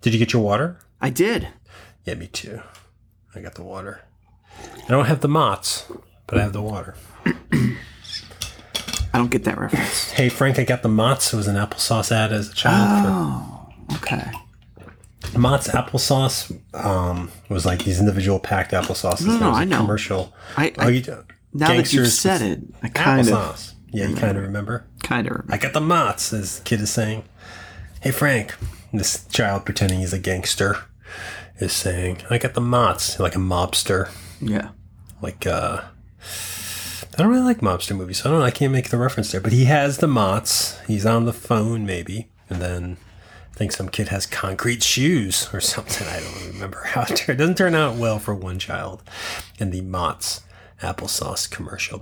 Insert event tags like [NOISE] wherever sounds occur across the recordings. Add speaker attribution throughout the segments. Speaker 1: Did you get your water?
Speaker 2: I did.
Speaker 1: Yeah, me too. I got the water. I don't have the Mott's, but I have the water.
Speaker 2: I don't get that reference.
Speaker 1: Hey, Frank, I got the Mott's. It was an applesauce ad as a child.
Speaker 2: [GASPS]
Speaker 1: for-
Speaker 2: Oh, Okay.
Speaker 1: Mott's applesauce um, was like these individual packed applesauces.
Speaker 2: No, no,
Speaker 1: There was
Speaker 2: I
Speaker 1: a
Speaker 2: know.
Speaker 1: Commercial.
Speaker 2: I-
Speaker 1: Oh,
Speaker 2: I-
Speaker 1: you-
Speaker 2: Now that you've
Speaker 1: gangsters
Speaker 2: said it, I kind of,
Speaker 1: applesauce. Yeah, you kind of remember.
Speaker 2: kind of.
Speaker 1: I got the Mott's, as the kid is saying. Hey, Frank, this child pretending he's a gangster is saying, I got the Mott's, like a mobster.
Speaker 2: Yeah.
Speaker 1: Like, uh, I don't really like mobster movies, so I don't know. I can't make the reference there. But he has the Mott's. He's on the phone, maybe. And then I think some kid has concrete shoes or [LAUGHS] something. I don't remember how it turned. It doesn't turn out well for one child in the Mott's applesauce commercial.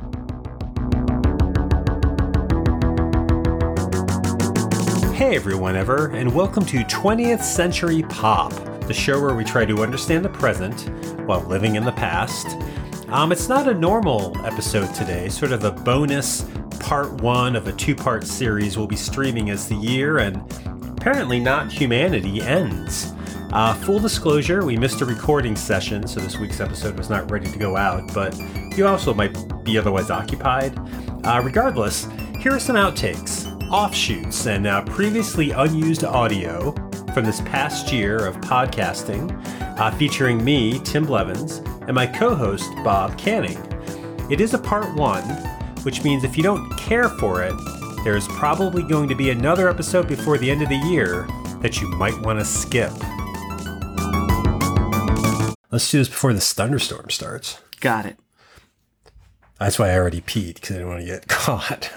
Speaker 1: Hey everyone ever, and welcome to 20th Century Pop, the show where we try to understand the present while living in the past. Um, it's not a normal episode today, sort of a bonus part one of a two part series we'll be streaming as the year and apparently not humanity ends. Uh, full disclosure, we missed a recording session, so this week's episode was not ready to go out, but you also might be otherwise occupied. Uh, regardless, here are some outtakes, offshoots, and uh, previously unused audio from this past year of podcasting, uh, featuring me, Tim Blevins, and my co host, Bob Canning. It is a part one, which means if you don't care for it, there is probably going to be another episode before the end of the year that you might want to skip. Let's do this before this thunderstorm starts.
Speaker 2: Got it.
Speaker 1: That's why I already peed because I didn't want to get [LAUGHS] caught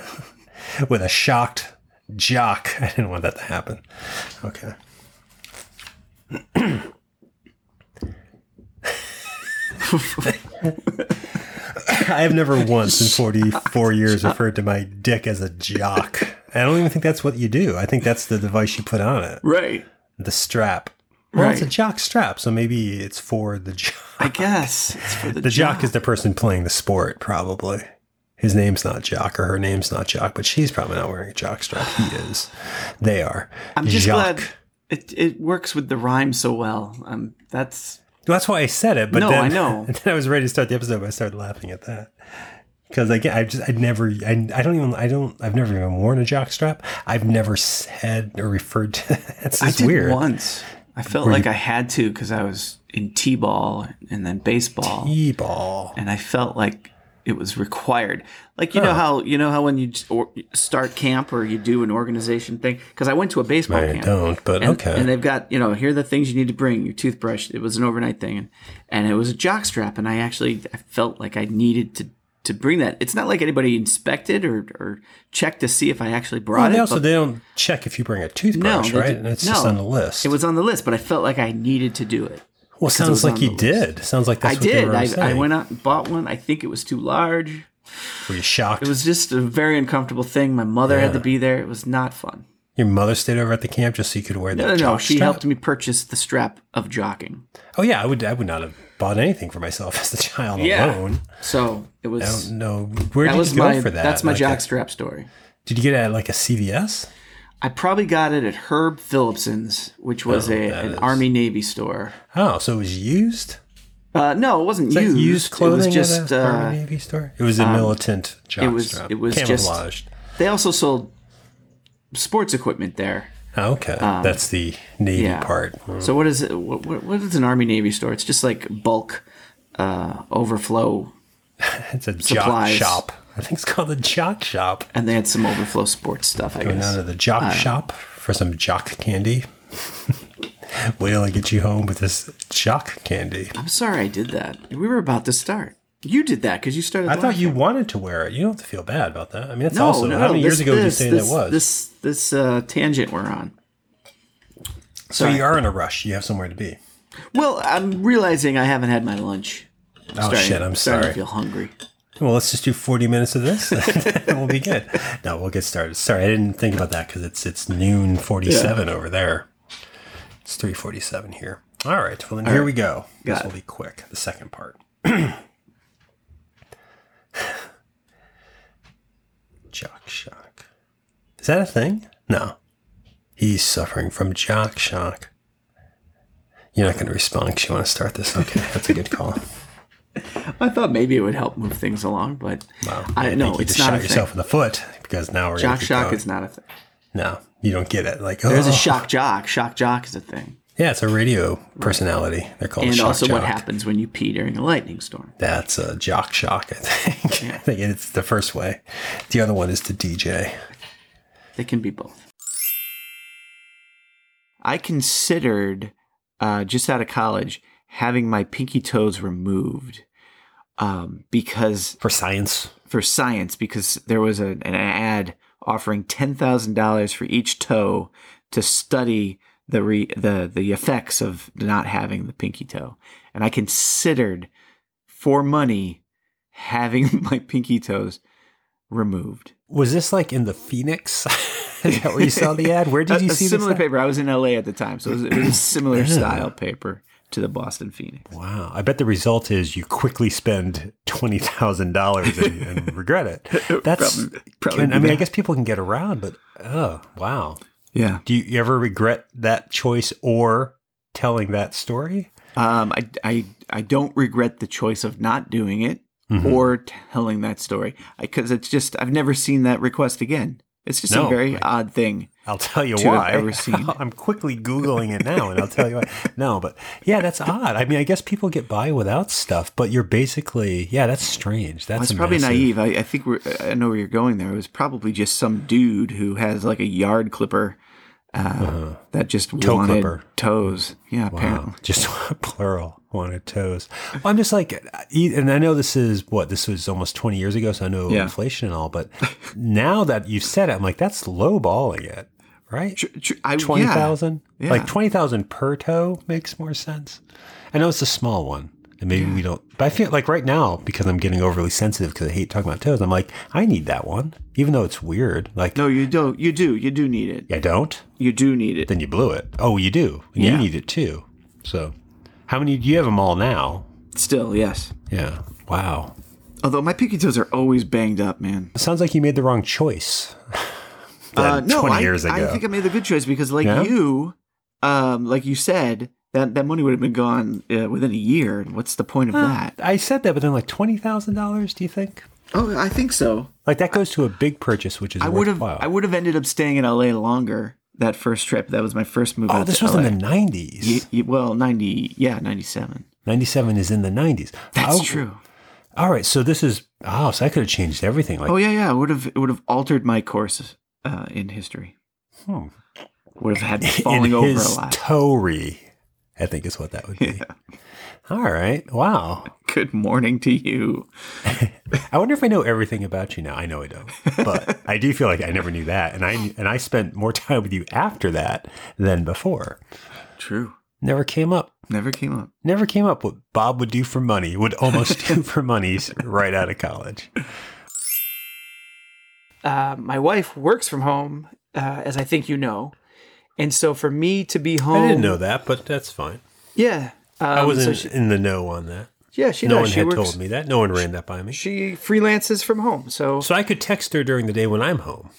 Speaker 1: with a shocked jock. [LAUGHS] I didn't want that to happen. Okay. [LAUGHS] I have never once in 44 years referred to my dick as a jock. I don't even think that's what you do. I think that's the device you put on it
Speaker 2: Right.
Speaker 1: the strap. Well, it's a
Speaker 2: Right.
Speaker 1: jock strap, so maybe it's for the jock.
Speaker 2: I guess it's for the,
Speaker 1: The jock is the person playing the sport, probably. His name's not Jock, or her name's not Jock, but she's probably not wearing a jock strap. He is. They are.
Speaker 2: I'm just
Speaker 1: Jock.
Speaker 2: glad it it works with the rhyme so well. Um, that's
Speaker 1: That's why I said it. But
Speaker 2: No,
Speaker 1: then,
Speaker 2: I know.
Speaker 1: And [LAUGHS] then I was ready to start the episode, but I started laughing at that because I I just I never I, I don't even I don't I've never even worn a jock strap. I've never said or referred to. [LAUGHS] It's
Speaker 2: I
Speaker 1: just
Speaker 2: did
Speaker 1: weird.
Speaker 2: once. I felt like I had to because I was in t-ball and then baseball,
Speaker 1: E-ball.
Speaker 2: and I felt like it was required. Like you know how you know how when you j- or start camp or you do an organization thing. Because I went to a baseball
Speaker 1: I
Speaker 2: camp.
Speaker 1: don't, but
Speaker 2: And,
Speaker 1: okay.
Speaker 2: and they've got, you know, here are the things you need to bring your toothbrush. It was an overnight thing. And, and it was a jock strap. And I actually I felt like I needed to, to bring that. It's not like anybody inspected or, or checked to see if I actually brought
Speaker 1: Well,
Speaker 2: it.
Speaker 1: they also
Speaker 2: but
Speaker 1: they don't check if you bring a toothbrush,
Speaker 2: they
Speaker 1: right?
Speaker 2: do-
Speaker 1: And it's
Speaker 2: no.
Speaker 1: just on the list.
Speaker 2: it was on the list, but I felt like I needed to do it.
Speaker 1: well,
Speaker 2: it
Speaker 1: sounds
Speaker 2: was
Speaker 1: like
Speaker 2: on
Speaker 1: you
Speaker 2: the list.
Speaker 1: did. Sounds like that's
Speaker 2: I
Speaker 1: what They
Speaker 2: did.
Speaker 1: were
Speaker 2: I, I
Speaker 1: saying.
Speaker 2: went out and bought one. I think it was too large.
Speaker 1: Were you shocked?
Speaker 2: It was just a very uncomfortable thing. My mother had to be there. It was not fun.
Speaker 1: Your mother stayed over at the camp just so you could wear that.
Speaker 2: No, no, no.
Speaker 1: jock
Speaker 2: She
Speaker 1: strap?
Speaker 2: helped me purchase the strap of jocking.
Speaker 1: Oh yeah, I would. I would not have bought anything for myself [LAUGHS] as a child
Speaker 2: Yeah.
Speaker 1: alone.
Speaker 2: So it was.
Speaker 1: I don't know where
Speaker 2: that
Speaker 1: did
Speaker 2: was
Speaker 1: you go
Speaker 2: my.
Speaker 1: for that.
Speaker 2: That's my
Speaker 1: Like uh,
Speaker 2: jock
Speaker 1: a-
Speaker 2: strap story.
Speaker 1: did you get it at like a CVS?
Speaker 2: I probably got it at Herb Phillipson's, which was a,
Speaker 1: Oh, that
Speaker 2: an
Speaker 1: is-
Speaker 2: Army Navy store.
Speaker 1: Oh, so it was used.
Speaker 2: Uh, no, it wasn't
Speaker 1: That
Speaker 2: used.
Speaker 1: used clothing
Speaker 2: it was
Speaker 1: at
Speaker 2: just
Speaker 1: a
Speaker 2: uh,
Speaker 1: Army Navy store. It was a militant jock
Speaker 2: was-
Speaker 1: strap.
Speaker 2: it was just-
Speaker 1: camouflaged.
Speaker 2: they also sold sports equipment there.
Speaker 1: Oh, okay, that's the Navy
Speaker 2: um, yeah.
Speaker 1: part.
Speaker 2: So what is it? What, what, what is an Army Navy store? It's just like bulk uh, overflow,
Speaker 1: It's a jock
Speaker 2: supplies.
Speaker 1: shop. I think it's called the jock shop.
Speaker 2: and they had some overflow sports stuff. I
Speaker 1: Going
Speaker 2: guess.
Speaker 1: down to the jock shop for some jock candy. [LAUGHS] Wait till I get you home with this jock candy.
Speaker 2: I'm sorry I did that. We were about to start. You did that because you started.
Speaker 1: I thought
Speaker 2: laughing.
Speaker 1: you wanted to wear it. You don't have to feel bad about that. I mean, it's
Speaker 2: No,
Speaker 1: also
Speaker 2: no.
Speaker 1: how many
Speaker 2: this,
Speaker 1: years ago
Speaker 2: this,
Speaker 1: did you say
Speaker 2: this,
Speaker 1: that was?
Speaker 2: This this uh, tangent we're on.
Speaker 1: so you are in a rush. You have somewhere to be.
Speaker 2: Well, I'm realizing I haven't had my lunch.
Speaker 1: Oh shit! I'm
Speaker 2: starting
Speaker 1: sorry.
Speaker 2: to feel hungry.
Speaker 1: Well, let's just do 40 minutes of this, [LAUGHS] and we'll be good. No, we'll get started. Sorry, I didn't think about that because it's it's noon 47 over there. It's 3:47 here. All right. Well, then here we go.
Speaker 2: Got
Speaker 1: this
Speaker 2: it.
Speaker 1: will be quick. The second part. [CLEARS THROAT] jock shock. Is that a thing? No. He's suffering from jock shock. You're not going to respond because you want to start this. Okay, that's a good call.
Speaker 3: I thought maybe it would help move things along, but
Speaker 1: Wow.
Speaker 3: I
Speaker 1: think
Speaker 3: know
Speaker 1: you
Speaker 3: it's
Speaker 1: just
Speaker 3: not
Speaker 1: shot
Speaker 3: a
Speaker 1: yourself
Speaker 3: thing.
Speaker 1: in the foot because now we're gonna
Speaker 3: Jock
Speaker 1: keep
Speaker 3: shock
Speaker 1: going.
Speaker 3: is not a thing.
Speaker 1: no, you don't get it. Like
Speaker 3: There's
Speaker 1: oh.
Speaker 3: a shock jock. Shock jock is a thing.
Speaker 1: Yeah, it's a radio personality. They're called a
Speaker 3: and
Speaker 1: Oh, shock
Speaker 3: also what
Speaker 1: jock.
Speaker 3: happens when you pee during a lightning storm.
Speaker 1: That's a jock shock, I think. [LAUGHS] I think it's the first way. The other one is to DJ.
Speaker 3: They can be both.
Speaker 2: I considered uh, just out of college having my pinky toes removed um, because
Speaker 1: For science.
Speaker 2: for science because there was a, an ad offering ten thousand dollars for each toe to study the re, the the effects of not having the pinky toe, and I considered for money having [LAUGHS] my pinky toes removed.
Speaker 1: Was this like in the Phoenix? [LAUGHS] is that where you saw the ad?
Speaker 3: [LAUGHS]
Speaker 1: Where did
Speaker 2: a,
Speaker 1: you
Speaker 2: a
Speaker 1: see this
Speaker 2: similar
Speaker 1: ad?
Speaker 2: paper? I was in LA at the time, so it was, it was
Speaker 1: [CLEARS THROAT]
Speaker 2: a similar style paper to the Boston Phoenix.
Speaker 1: Wow. I bet the result is you quickly spend $20,000 and, and regret it. That's,
Speaker 3: [LAUGHS] Probably-
Speaker 2: probably
Speaker 1: and, I
Speaker 2: do
Speaker 1: mean, I
Speaker 2: that.
Speaker 1: guess people can get around, but oh, wow.
Speaker 2: Yeah,
Speaker 1: Do you, you ever regret that choice or telling that story?
Speaker 2: um, I, I I don't regret the choice of not doing it.
Speaker 1: Mhm.
Speaker 2: or telling that story because it's just I've never seen that request again. It's just
Speaker 1: No,
Speaker 2: a very
Speaker 1: I-
Speaker 2: odd thing.
Speaker 1: I'll tell you
Speaker 2: to have
Speaker 1: why.
Speaker 2: ever seen.
Speaker 1: [LAUGHS] I'm quickly googling it now, and I'll tell you why. No, but yeah, that's odd. I mean, I guess people get by without stuff, but you're basically yeah, that's strange. That's
Speaker 2: Well, it's
Speaker 1: a
Speaker 2: probably
Speaker 1: massive-
Speaker 2: naive. I, I think we're, I know where you're going there. It was probably just some dude who has like a yard clipper uh, that just
Speaker 1: Uh-huh. Toe
Speaker 2: wanted
Speaker 1: clipper.
Speaker 2: toes. Yeah, apparently.
Speaker 1: Wow, Oh, just [LAUGHS] plural wanted toes. Well, I'm just like, e- and I know this is what this was almost 20 years ago, so I know
Speaker 2: Yeah.
Speaker 1: inflation and all. But [LAUGHS] now that you've said it, I'm like, that's lowballing it, right?
Speaker 2: Tr- tr- I,
Speaker 1: Twenty
Speaker 2: yeah.
Speaker 1: thousand,
Speaker 2: Yeah.
Speaker 1: like twenty thousand per toe makes more sense. I know it's a small one, and maybe we don't. But I feel like right now because I'm getting overly sensitive because I hate talking about toes. I'm like, I need that one, even though it's weird. Like,
Speaker 2: No, you don't. You do. You do need it.
Speaker 1: I don't.
Speaker 2: You do need it.
Speaker 1: Then you blew it. Oh, you do. And You
Speaker 2: Yeah.
Speaker 1: need it too. So, how many do you have them all now?
Speaker 2: Still, yes.
Speaker 1: Yeah. Wow.
Speaker 2: Although my pinky toes are always banged up, man.
Speaker 1: It sounds like you made the wrong choice. [LAUGHS] than twenty
Speaker 2: Uh, I,
Speaker 1: years ago.
Speaker 2: I think I made the good choice because, like
Speaker 1: Yeah?
Speaker 2: you, um, like you said, that that money would have been gone uh, within a year. And what's the point of that?
Speaker 1: I said that, but then like twenty thousand dollars. Do you think?
Speaker 2: Oh, I think so.
Speaker 1: Like that goes to a big purchase, which is
Speaker 2: I would have. I would have ended up staying in LA longer that first trip. That was my first move.
Speaker 1: Oh,
Speaker 2: out
Speaker 1: this
Speaker 2: to
Speaker 1: was
Speaker 2: LA.
Speaker 1: in the nineties.
Speaker 2: Y- y- well, ninety. Yeah, ninety-seven.
Speaker 1: 97 is in the 90s.
Speaker 2: That's
Speaker 1: Oh,
Speaker 2: true.
Speaker 1: All right. So this is, oh, so I could have changed everything. Like,
Speaker 2: Oh yeah, yeah. It would have. It would have altered my course uh, in history.
Speaker 1: hmm.
Speaker 2: Would have had me
Speaker 1: [LAUGHS] In
Speaker 2: falling over a
Speaker 1: his
Speaker 2: lot.
Speaker 1: Tory, I think is what that would be. All right. Wow.
Speaker 2: Good morning to you.
Speaker 1: I wonder if I know everything about you now. I know I don't,
Speaker 2: [LAUGHS]
Speaker 1: but I do feel like I never knew that. And I, and I spent more time with you after that than before.
Speaker 2: True.
Speaker 1: Never came up.
Speaker 2: Never came up.
Speaker 1: Never came up what Bob would do for money, would almost
Speaker 2: [LAUGHS]
Speaker 1: do for money right out of college.
Speaker 4: uh, my wife works from home, uh, as I think you know, and so for me to be home,
Speaker 1: I didn't know that, but that's fine.
Speaker 4: Yeah, um,
Speaker 1: I wasn't
Speaker 4: So she,
Speaker 1: in the know on that.
Speaker 4: yeah, she
Speaker 1: no
Speaker 4: does.
Speaker 1: one
Speaker 4: she
Speaker 1: had
Speaker 4: works,
Speaker 1: told me that. No one ran that by me.
Speaker 4: She freelances from home, so,
Speaker 1: So I could text her during the day when I'm home.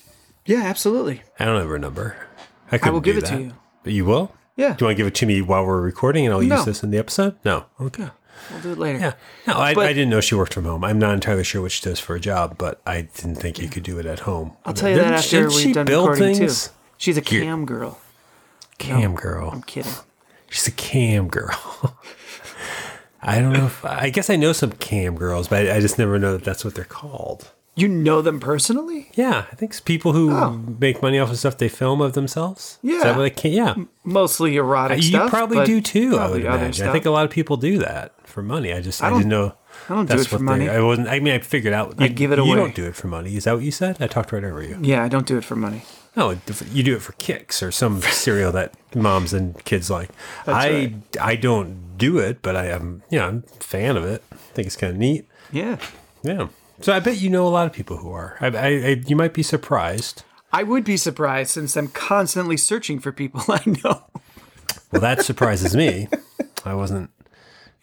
Speaker 4: yeah, absolutely.
Speaker 1: I don't have her number. I,
Speaker 4: I
Speaker 1: couldn't
Speaker 4: will give
Speaker 1: do
Speaker 4: it to
Speaker 1: that.
Speaker 4: you.
Speaker 1: But you will?
Speaker 4: Yeah,
Speaker 1: Do you want to give it to me while we're recording and I'll
Speaker 4: No.
Speaker 1: use this in the episode? No. Okay.
Speaker 4: we'll do it later.
Speaker 1: Yeah. No, I,
Speaker 4: But-
Speaker 1: I didn't know she worked from home. I'm not entirely sure what she does for a job, but I didn't think you could do it at home.
Speaker 4: I'll tell you that after
Speaker 1: didn't she
Speaker 4: we've done
Speaker 1: build
Speaker 4: recording
Speaker 1: things?
Speaker 4: too. She's a cam girl.
Speaker 1: Cam girl.
Speaker 4: I'm kidding.
Speaker 1: She's a cam girl. [LAUGHS] I don't know if I guess I know some cam girls, but I, I just never know that that's what they're called.
Speaker 4: You know them personally?
Speaker 1: Yeah, I think it's people who
Speaker 2: Oh.
Speaker 1: make money off of stuff they film of themselves. Is that
Speaker 4: Yeah.
Speaker 1: what they can? Yeah.
Speaker 4: Mostly erotic
Speaker 1: you
Speaker 4: stuff.
Speaker 1: probably
Speaker 4: but
Speaker 1: do too, I
Speaker 4: probably
Speaker 1: would
Speaker 4: other
Speaker 1: imagine. I
Speaker 4: stuff.
Speaker 1: think a lot of people do that for money. I just I,
Speaker 2: don't-
Speaker 1: didn't know
Speaker 2: I don't do
Speaker 1: that's
Speaker 2: it for
Speaker 1: what they-
Speaker 2: money.
Speaker 1: I wasn't I mean I figured out
Speaker 2: You
Speaker 1: I-
Speaker 2: give it
Speaker 1: You
Speaker 2: away.
Speaker 1: don't do it for money. Is that what you said? I talked right over you.
Speaker 4: Yeah, I don't do it for money.
Speaker 1: No, you do it for kicks or
Speaker 2: [LAUGHS]
Speaker 1: some cereal that moms and kids like. I I don't do it, but I am you know, I'm a fan of it. I think it's kind of neat.
Speaker 2: Yeah.
Speaker 1: Yeah. So I bet you know a lot of people who are. I, I, I you might be surprised.
Speaker 4: I would be surprised since I'm constantly searching for people [LAUGHS] I know.
Speaker 1: Well, that surprises me. I wasn't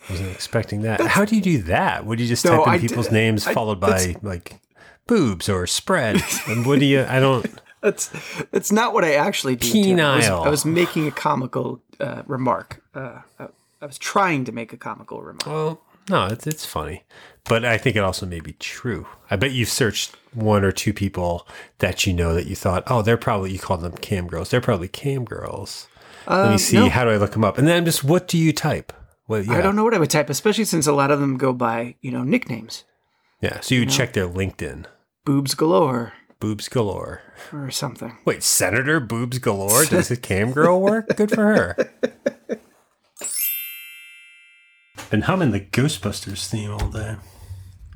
Speaker 1: wasn't expecting that. How do you do that? Would you just
Speaker 4: No,
Speaker 1: type in
Speaker 4: I did-
Speaker 1: people's names
Speaker 4: I-
Speaker 1: followed by like boobs or spread? and what do you? I don't.
Speaker 2: That's that's not what I actually did. Tim. I was-
Speaker 1: Penile.
Speaker 2: I was making a comical uh, remark. Uh, I, I was trying to make a comical remark.
Speaker 1: Well, no, it's it's funny, but I think it also may be true. I bet you've searched one or two people that you know that you thought, oh, they're probably you called them cam girls. They're probably cam girls. Let
Speaker 4: Um,
Speaker 1: me see. How do I look them up? And then just what do you type? Well, yeah,
Speaker 2: I don't know what I would type, especially since a lot of them go by you know nicknames,
Speaker 1: yeah. So you would check their LinkedIn,
Speaker 2: boobs galore
Speaker 1: boobs galore.
Speaker 2: or something.
Speaker 1: Wait, Senator boobs galore.
Speaker 5: [LAUGHS]
Speaker 1: Does a cam girl work? Good for her. Been humming the Ghostbusters theme all day.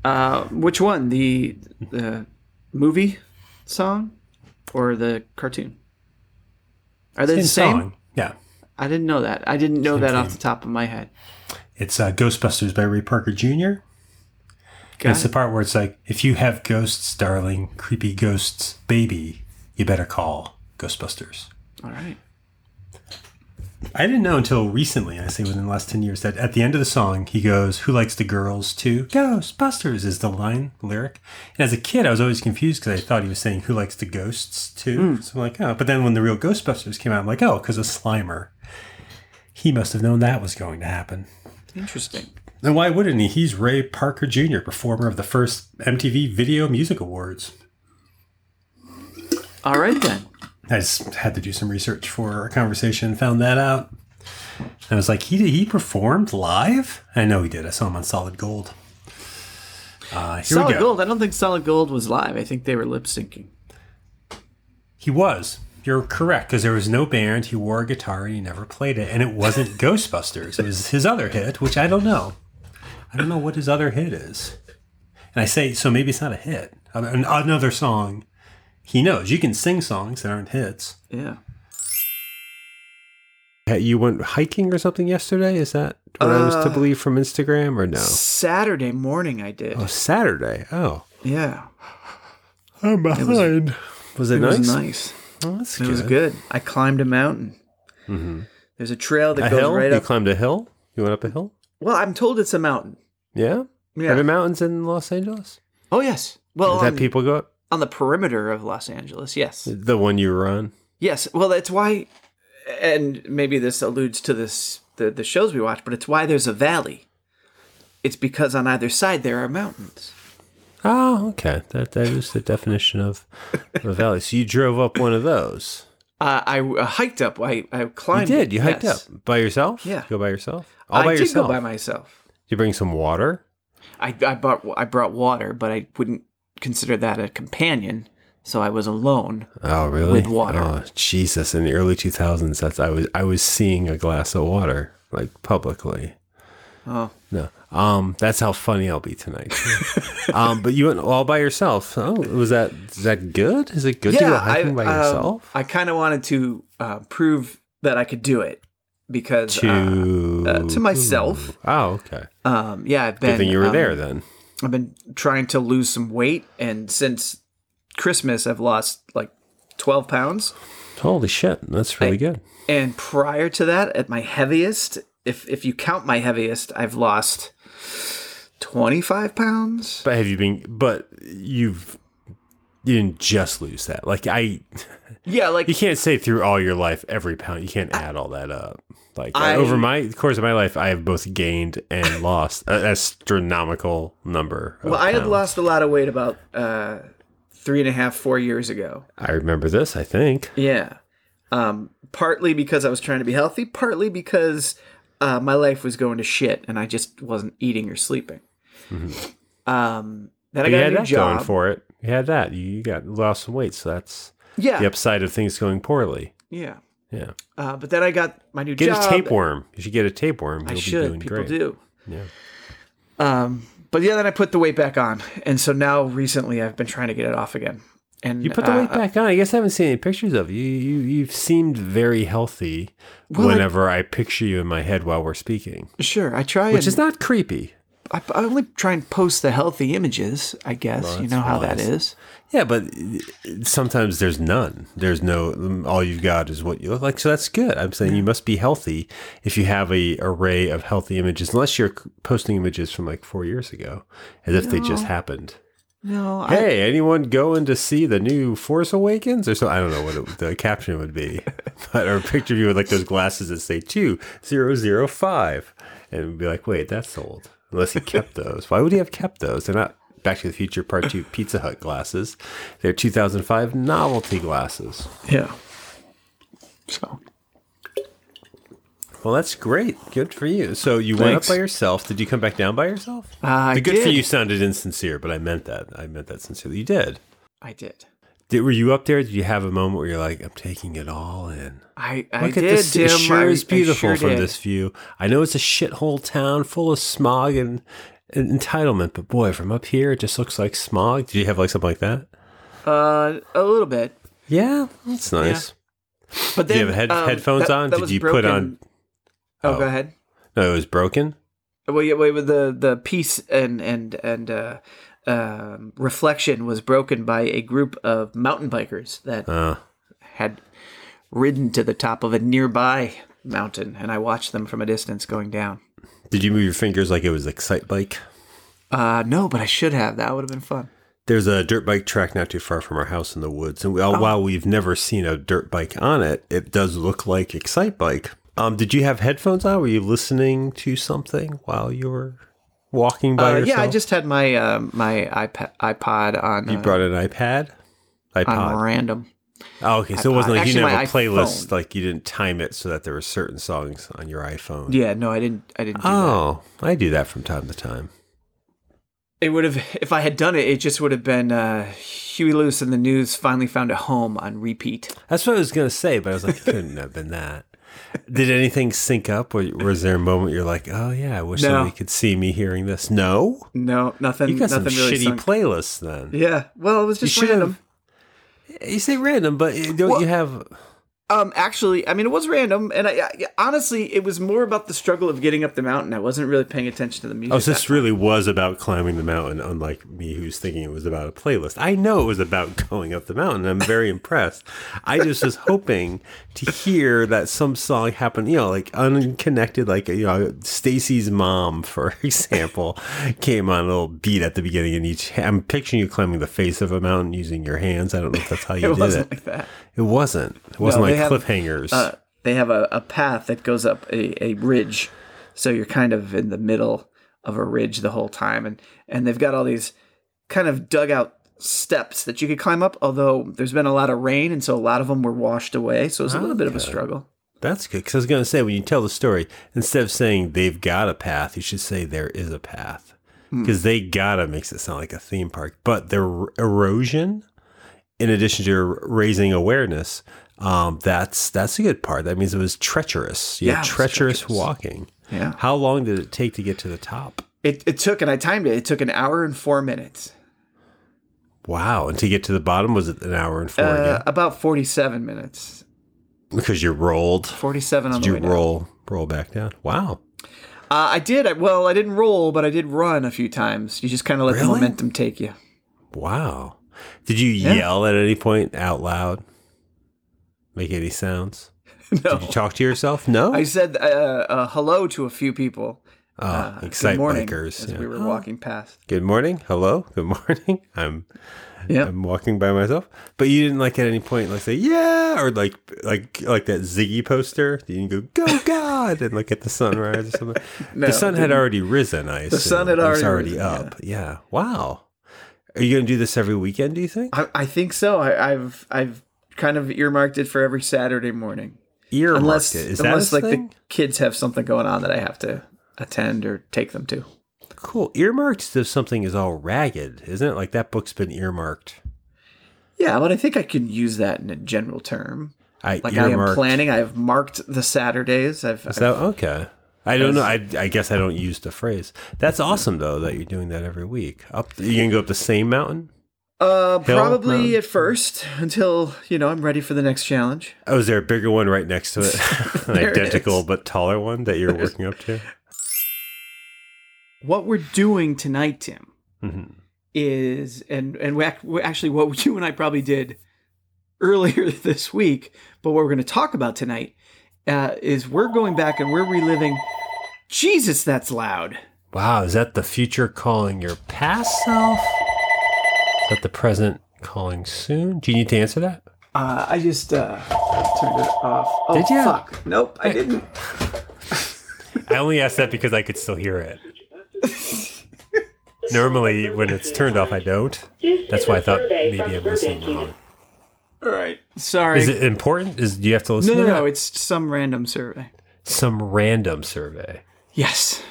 Speaker 5: Uh,
Speaker 2: Which one? The the movie song
Speaker 5: or the cartoon? Are they the
Speaker 1: Same
Speaker 5: same?
Speaker 1: song. Yeah.
Speaker 5: I didn't know that. I didn't know that off the top of my head.
Speaker 1: It's uh, Ghostbusters by Ray Parker Jr.
Speaker 5: Got
Speaker 1: it's the part where it's like, if you have ghosts, darling, creepy ghosts, baby, you better call Ghostbusters.
Speaker 5: All right.
Speaker 1: I didn't know until recently, I say within the last 10 years, that at the end of the song, he goes, Who likes the girls too? Ghostbusters is the line lyric. And as a kid, I was always confused because I thought he was saying, Who likes the ghosts too? So I'm like, Oh, but then when the real Ghostbusters came out, I'm like, Oh, because of Slimer. He must have known that was going to happen.
Speaker 5: Interesting.
Speaker 1: Then why wouldn't he? He's Ray Parker Jr., performer of the first MTV Video Music Awards.
Speaker 5: All right then.
Speaker 1: I just had to do some research for our conversation, found that out. I was like, he he performed live? I know he did. I saw him on Solid Gold. Uh, here we
Speaker 5: Solid
Speaker 1: go.
Speaker 5: Gold. I don't think Solid Gold was live. I think they were lip syncing.
Speaker 1: He was. You're correct because there was no band. He wore a guitar and he never played it, and
Speaker 5: [LAUGHS]
Speaker 1: it wasn't Ghostbusters. It was his other hit, which I don't know. I don't know what his other hit is. And I say so. Maybe it's not a hit. An- an- Another song. He knows you can sing songs that aren't hits.
Speaker 5: Yeah.
Speaker 1: You went hiking or something yesterday? Is that what I was to
Speaker 2: Uh,
Speaker 1: believe from Instagram or no?
Speaker 2: Saturday morning. I did.
Speaker 1: Oh, Saturday. Oh,
Speaker 2: Yeah,
Speaker 1: I'm behind. was, it,
Speaker 5: It
Speaker 1: nice?
Speaker 5: was nice.
Speaker 1: Oh, that's Mm-hmm.
Speaker 2: it was good. I climbed a mountain. There's a trail that
Speaker 1: A
Speaker 2: goes
Speaker 1: hill?
Speaker 2: right
Speaker 1: you
Speaker 2: up.
Speaker 1: climbed a hill? You went up a hill?
Speaker 2: well, I'm told it's a mountain.
Speaker 1: Yeah.
Speaker 2: Yeah.
Speaker 1: Are there mountains in Los Angeles?
Speaker 2: Oh yes. Well,
Speaker 1: Is that
Speaker 2: on,
Speaker 1: people go up?
Speaker 2: on the perimeter of Los Angeles. Yes.
Speaker 1: The one you were on?
Speaker 2: Yes, well, that's why, and maybe this alludes to this the, the shows we watch, but it's why there's a valley. It's because on either side there are mountains.
Speaker 1: Oh, okay. That that is the definition of of a valley. So you drove up one of those.
Speaker 2: Uh, I uh, hiked up. I, I
Speaker 1: You
Speaker 2: climbed.
Speaker 1: did. You hiked
Speaker 2: yes.
Speaker 1: up by yourself?
Speaker 2: Yeah.
Speaker 1: You go by yourself? All by
Speaker 2: I
Speaker 1: yourself.
Speaker 2: did go by myself.
Speaker 1: Did you bring some water?
Speaker 2: I I brought I brought water, but I wouldn't consider that a companion, so I was alone.
Speaker 1: Oh, really?
Speaker 2: With water.
Speaker 1: Oh, Jesus! In the early two thousands, that's I was I was seeing a glass of water like publicly.
Speaker 2: Oh.
Speaker 1: No, um, that's how funny I'll be
Speaker 2: [LAUGHS]
Speaker 1: tonight. um, but you went all by yourself. Oh, was that is that good? Is it good to go hiking by
Speaker 2: um,
Speaker 1: yourself?
Speaker 2: I kind of wanted to uh, prove that I could do it because uh,
Speaker 1: to
Speaker 2: uh, to myself.
Speaker 1: Oh, okay.
Speaker 2: um, yeah, I've been
Speaker 1: Good thing you were
Speaker 2: um,
Speaker 1: there then.
Speaker 2: I've been trying to lose some weight, and since Christmas, I've lost like 12 pounds.
Speaker 1: Holy shit, that's really good.
Speaker 2: And prior to that, at my heaviest, if if you count my heaviest, I've lost 25 pounds.
Speaker 1: But have you been? But you've you didn't just lose that. Like I,
Speaker 2: Yeah, like
Speaker 1: you can't say through all your life every pound you can't add all that up like uh,
Speaker 2: I-
Speaker 1: over my the course of my life i have both gained
Speaker 2: [LAUGHS]
Speaker 1: and lost an astronomical number of
Speaker 2: [LAUGHS] well, I had
Speaker 1: pounds.
Speaker 2: lost a lot of weight about uh, three and a half, four years ago.
Speaker 1: i remember this i think
Speaker 2: Yeah, um, partly because I was trying to be healthy, partly because uh, my life was going to shit, and I just wasn't eating or sleeping. Um,
Speaker 1: Mm-hmm. you
Speaker 2: then I got a
Speaker 1: had
Speaker 2: new
Speaker 1: that
Speaker 2: job.
Speaker 1: going for it you had that you you got lost some weight so that's
Speaker 2: Yeah.
Speaker 1: the upside of things going poorly
Speaker 2: Yeah.
Speaker 1: yeah
Speaker 2: Uh, but then I got my new
Speaker 1: get
Speaker 2: job.
Speaker 1: a tapeworm you should get a tapeworm
Speaker 2: I
Speaker 1: You'll be
Speaker 2: should.
Speaker 1: doing
Speaker 2: People
Speaker 1: great
Speaker 2: do.
Speaker 1: Yeah.
Speaker 2: Um, but yeah, then I put the weight back on, and so now recently I've been trying to get it off again. And
Speaker 1: you put the
Speaker 2: uh,
Speaker 1: weight back on. I guess I haven't seen any pictures of you. You you seemed very healthy.
Speaker 2: Well, I-
Speaker 1: whenever I picture you in my head while we're speaking,
Speaker 2: Sure, I try.
Speaker 1: which
Speaker 2: and,
Speaker 1: is not creepy.
Speaker 2: I, I only try and post the healthy images. I guess you know how that is.
Speaker 1: Yeah, but sometimes there's none. There's no. All you've got is what you look like. So that's good. I'm saying you must be healthy if you have a array of healthy images, unless you're posting images from like four years ago, as if they just happened.
Speaker 2: No, I,
Speaker 1: Hey, anyone going to see the new Force Awakens or so? I don't know what it, the [LAUGHS] caption would be, but or a picture of you with like those glasses that say two zero zero five, and it'd be like, wait, that's old. Unless he kept those, why would he have kept those? They're not Back to the Future Part Two Pizza Hut glasses. They're two thousand five novelty glasses.
Speaker 2: yeah.
Speaker 6: So
Speaker 1: Well, that's great. Good for you. So you went up
Speaker 2: Thanks.
Speaker 1: by yourself. Did you come back down by yourself?
Speaker 2: Uh, I
Speaker 1: the good for
Speaker 2: did.
Speaker 1: you sounded insincere, but I meant that. I meant that sincerely. You did.
Speaker 2: I did.
Speaker 1: Did, were you up there? Did you have a moment where you're like, I'm taking it all in?
Speaker 2: I, I
Speaker 1: Look
Speaker 2: did.
Speaker 1: at this.
Speaker 2: Tim.
Speaker 1: It sure
Speaker 2: I-
Speaker 1: is
Speaker 2: I
Speaker 1: beautiful
Speaker 2: sure
Speaker 1: from
Speaker 2: did.
Speaker 1: this view. I know it's a shithole town full of smog and, and entitlement, but boy, from up here, it just looks like smog. Did you have like something like that?
Speaker 2: Uh, a little bit.
Speaker 1: Yeah, that's nice.
Speaker 2: But
Speaker 1: Did
Speaker 2: then,
Speaker 1: you have head,
Speaker 2: um,
Speaker 1: headphones
Speaker 2: that-
Speaker 1: on?
Speaker 2: that
Speaker 1: Did
Speaker 2: was
Speaker 1: you put
Speaker 2: broken-
Speaker 1: on?
Speaker 2: Oh,
Speaker 1: oh.
Speaker 2: go ahead.
Speaker 1: No, it was broken.
Speaker 2: Well, yeah, wait, with the the peace and and and uh, um, reflection was broken by a group of mountain bikers that
Speaker 1: Uh,
Speaker 2: had ridden to the top of a nearby mountain, and I watched them from a distance going down.
Speaker 1: did you move your fingers like it was Excite Bike?
Speaker 2: Uh, no, but I should have. That would have been fun.
Speaker 1: There's a dirt bike track not too far from our house in the woods, and we, uh,
Speaker 2: Oh.
Speaker 1: while we've never seen a dirt bike on it, it does look like Excite Bike. Um, did you have headphones on? Were you listening to something while you were walking by
Speaker 2: Uh,
Speaker 1: yourself?
Speaker 2: yeah, I just had my uh, my iPad iPod on
Speaker 1: You
Speaker 2: uh,
Speaker 1: brought an iPad,
Speaker 2: on
Speaker 1: iPod.
Speaker 2: random.
Speaker 1: Oh, okay, so it wasn't
Speaker 2: iPod.
Speaker 1: like you didn't
Speaker 2: Actually,
Speaker 1: have a
Speaker 2: my
Speaker 1: playlist,
Speaker 2: iPhone.
Speaker 1: like you didn't time it so that there were certain songs on your iPhone.
Speaker 2: Yeah, no, I didn't. I didn't. Do that.
Speaker 1: Oh, I do that from time to time.
Speaker 2: It would have, if I had done it, it just would have been uh, Huey Lewis and the News finally found a home on repeat.
Speaker 1: That's what I was gonna say, but I was like, it couldn't have been that. Did anything sync up? Or was there a moment you're like, oh yeah, I wish
Speaker 2: No.
Speaker 1: somebody could see me hearing this? No,
Speaker 2: No, nothing.
Speaker 1: you got some
Speaker 2: nothing really
Speaker 1: shitty
Speaker 2: sunk.
Speaker 1: playlists then.
Speaker 2: Yeah, well, it was
Speaker 1: You
Speaker 2: just
Speaker 1: should
Speaker 2: random.
Speaker 1: have. You say random, but eh, don't
Speaker 2: Well-
Speaker 1: you have?
Speaker 2: Um, actually, I mean, it was random, and I, I honestly, it was more about the struggle of getting up the mountain. I wasn't really paying attention to the music.
Speaker 1: Oh,
Speaker 2: [LAUGHS]
Speaker 1: so this really was about climbing the mountain, unlike me, who's thinking it was about a playlist. I know it was about [LAUGHS] going up the mountain. I'm very impressed. I just was hoping to hear that some song happened, you know, like unconnected, like, you know, Stacy's mom, for [LAUGHS] example, came on a little beat at the beginning. And each, I'm picturing you climbing the face of a mountain using your hands. I don't know if that's how you
Speaker 2: [LAUGHS] it
Speaker 1: did
Speaker 2: wasn't
Speaker 1: it.
Speaker 2: like that.
Speaker 1: It wasn't. It wasn't
Speaker 2: No, they
Speaker 1: like
Speaker 2: have,
Speaker 1: cliffhangers.
Speaker 2: Uh, they have a, a path that goes up a, a ridge, so you're kind of in the middle of a ridge the whole time, and and they've got all these kind of dug out steps that you could climb up. Although there's been a lot of rain, and so a lot of them were washed away, so it was a little bit of a struggle.
Speaker 1: That's good. Because I was going to say, when you tell the story, instead of saying they've got a path, you should say there is a path.
Speaker 2: Hmm.
Speaker 1: Because they gotta makes it sound like a theme park. But the er- erosion, in addition to r- raising awareness, um, that's that's a good part. That means it was treacherous.
Speaker 2: Yeah, it
Speaker 1: Yeah,
Speaker 2: was
Speaker 1: treacherous,
Speaker 2: treacherous.
Speaker 1: walking.
Speaker 2: Yeah.
Speaker 1: How long did it take to get to the top?
Speaker 2: It it took, and I timed it. It took an hour and four minutes.
Speaker 1: Wow. And to get to the bottom, was it an hour and four
Speaker 2: Uh,
Speaker 1: again?
Speaker 2: about 47 minutes.
Speaker 1: Because you rolled.
Speaker 2: 47 on
Speaker 1: Did
Speaker 2: the
Speaker 1: you
Speaker 2: way down. Uh,
Speaker 1: roll roll back down? Wow.
Speaker 2: I did. I, well, I didn't roll, but I did run a few times. You just kind of let the
Speaker 1: Really?
Speaker 2: momentum take you. [LAUGHS]
Speaker 1: Wow. Did you yell at any point out loud? Make any sounds?
Speaker 2: No.
Speaker 1: Did you talk to yourself? No.
Speaker 2: I said uh, uh, hello to a few people.
Speaker 1: oh,
Speaker 2: Uh,
Speaker 1: excite
Speaker 2: good morning,
Speaker 1: bikers.
Speaker 2: as
Speaker 1: yeah.
Speaker 2: we were
Speaker 1: Oh,
Speaker 2: walking past.
Speaker 1: Good morning. Hello. Good [LAUGHS] morning. I'm
Speaker 2: Yeah.
Speaker 1: I'm walking by myself. But you didn't like at any point like say yeah or like like like that Ziggy poster. You didn't
Speaker 2: [LAUGHS]
Speaker 1: go go God and look at the sunrise or something.
Speaker 2: No,
Speaker 1: the sun had
Speaker 2: didn't.
Speaker 1: already risen. I assume.
Speaker 2: sun had
Speaker 1: It was
Speaker 2: already risen,
Speaker 1: up. Yeah. Wow. Are you going to do this every weekend? Do you think?
Speaker 2: I, I think so. I, I've I've kind of earmarked it for every Saturday morning,
Speaker 1: Ear
Speaker 2: unless
Speaker 1: market. Is
Speaker 2: unless
Speaker 1: that a
Speaker 2: like
Speaker 1: thing?
Speaker 2: the kids have something going on that I have to attend or take them to.
Speaker 1: Cool. Earmarked if something is all ragged, isn't it? Like that book's been earmarked.
Speaker 2: Yeah, but I think I can use that in a general term.
Speaker 1: I
Speaker 2: Like I am
Speaker 1: earmarked- [LAUGHS]
Speaker 2: planning. I've marked the Saturdays. I've,
Speaker 1: Is
Speaker 2: I've
Speaker 1: that okay? I don't know. I, I guess I don't use the phrase. That's awesome though that you're doing that every week. Up, you can go up the same mountain.
Speaker 2: uh, probably
Speaker 1: Mountain.
Speaker 2: at first until you know I'm ready for the next challenge.
Speaker 1: Oh, is there a bigger one right next
Speaker 2: [LAUGHS]
Speaker 1: to it? An
Speaker 2: There it
Speaker 1: identical
Speaker 2: is.
Speaker 1: but taller one that you're working up to.
Speaker 7: What we're doing tonight, Tim,
Speaker 1: Mhm.
Speaker 7: is and and we, ac- we actually what you and I probably did earlier
Speaker 2: [LAUGHS]
Speaker 7: this week, but what we're going to talk about tonight uh, is we're going back and we're reliving. Jesus, that's loud.
Speaker 1: Wow, is that the future calling your past self? Let the present calling soon. Do you need to answer that?
Speaker 8: Uh, I just uh, turned it off. Oh,
Speaker 1: Did ya?
Speaker 8: fuck. Nope, I didn't.
Speaker 1: I only asked that because I could still hear it. Normally, when it's turned off, I don't. That's why I thought maybe I'm listening wrong.
Speaker 8: All right. Sorry.
Speaker 1: Is it important? Is do you have to
Speaker 8: no,
Speaker 1: listen?
Speaker 8: no,
Speaker 1: to
Speaker 8: no.
Speaker 1: that?
Speaker 8: It's some random survey.
Speaker 1: some random survey.
Speaker 8: Yes.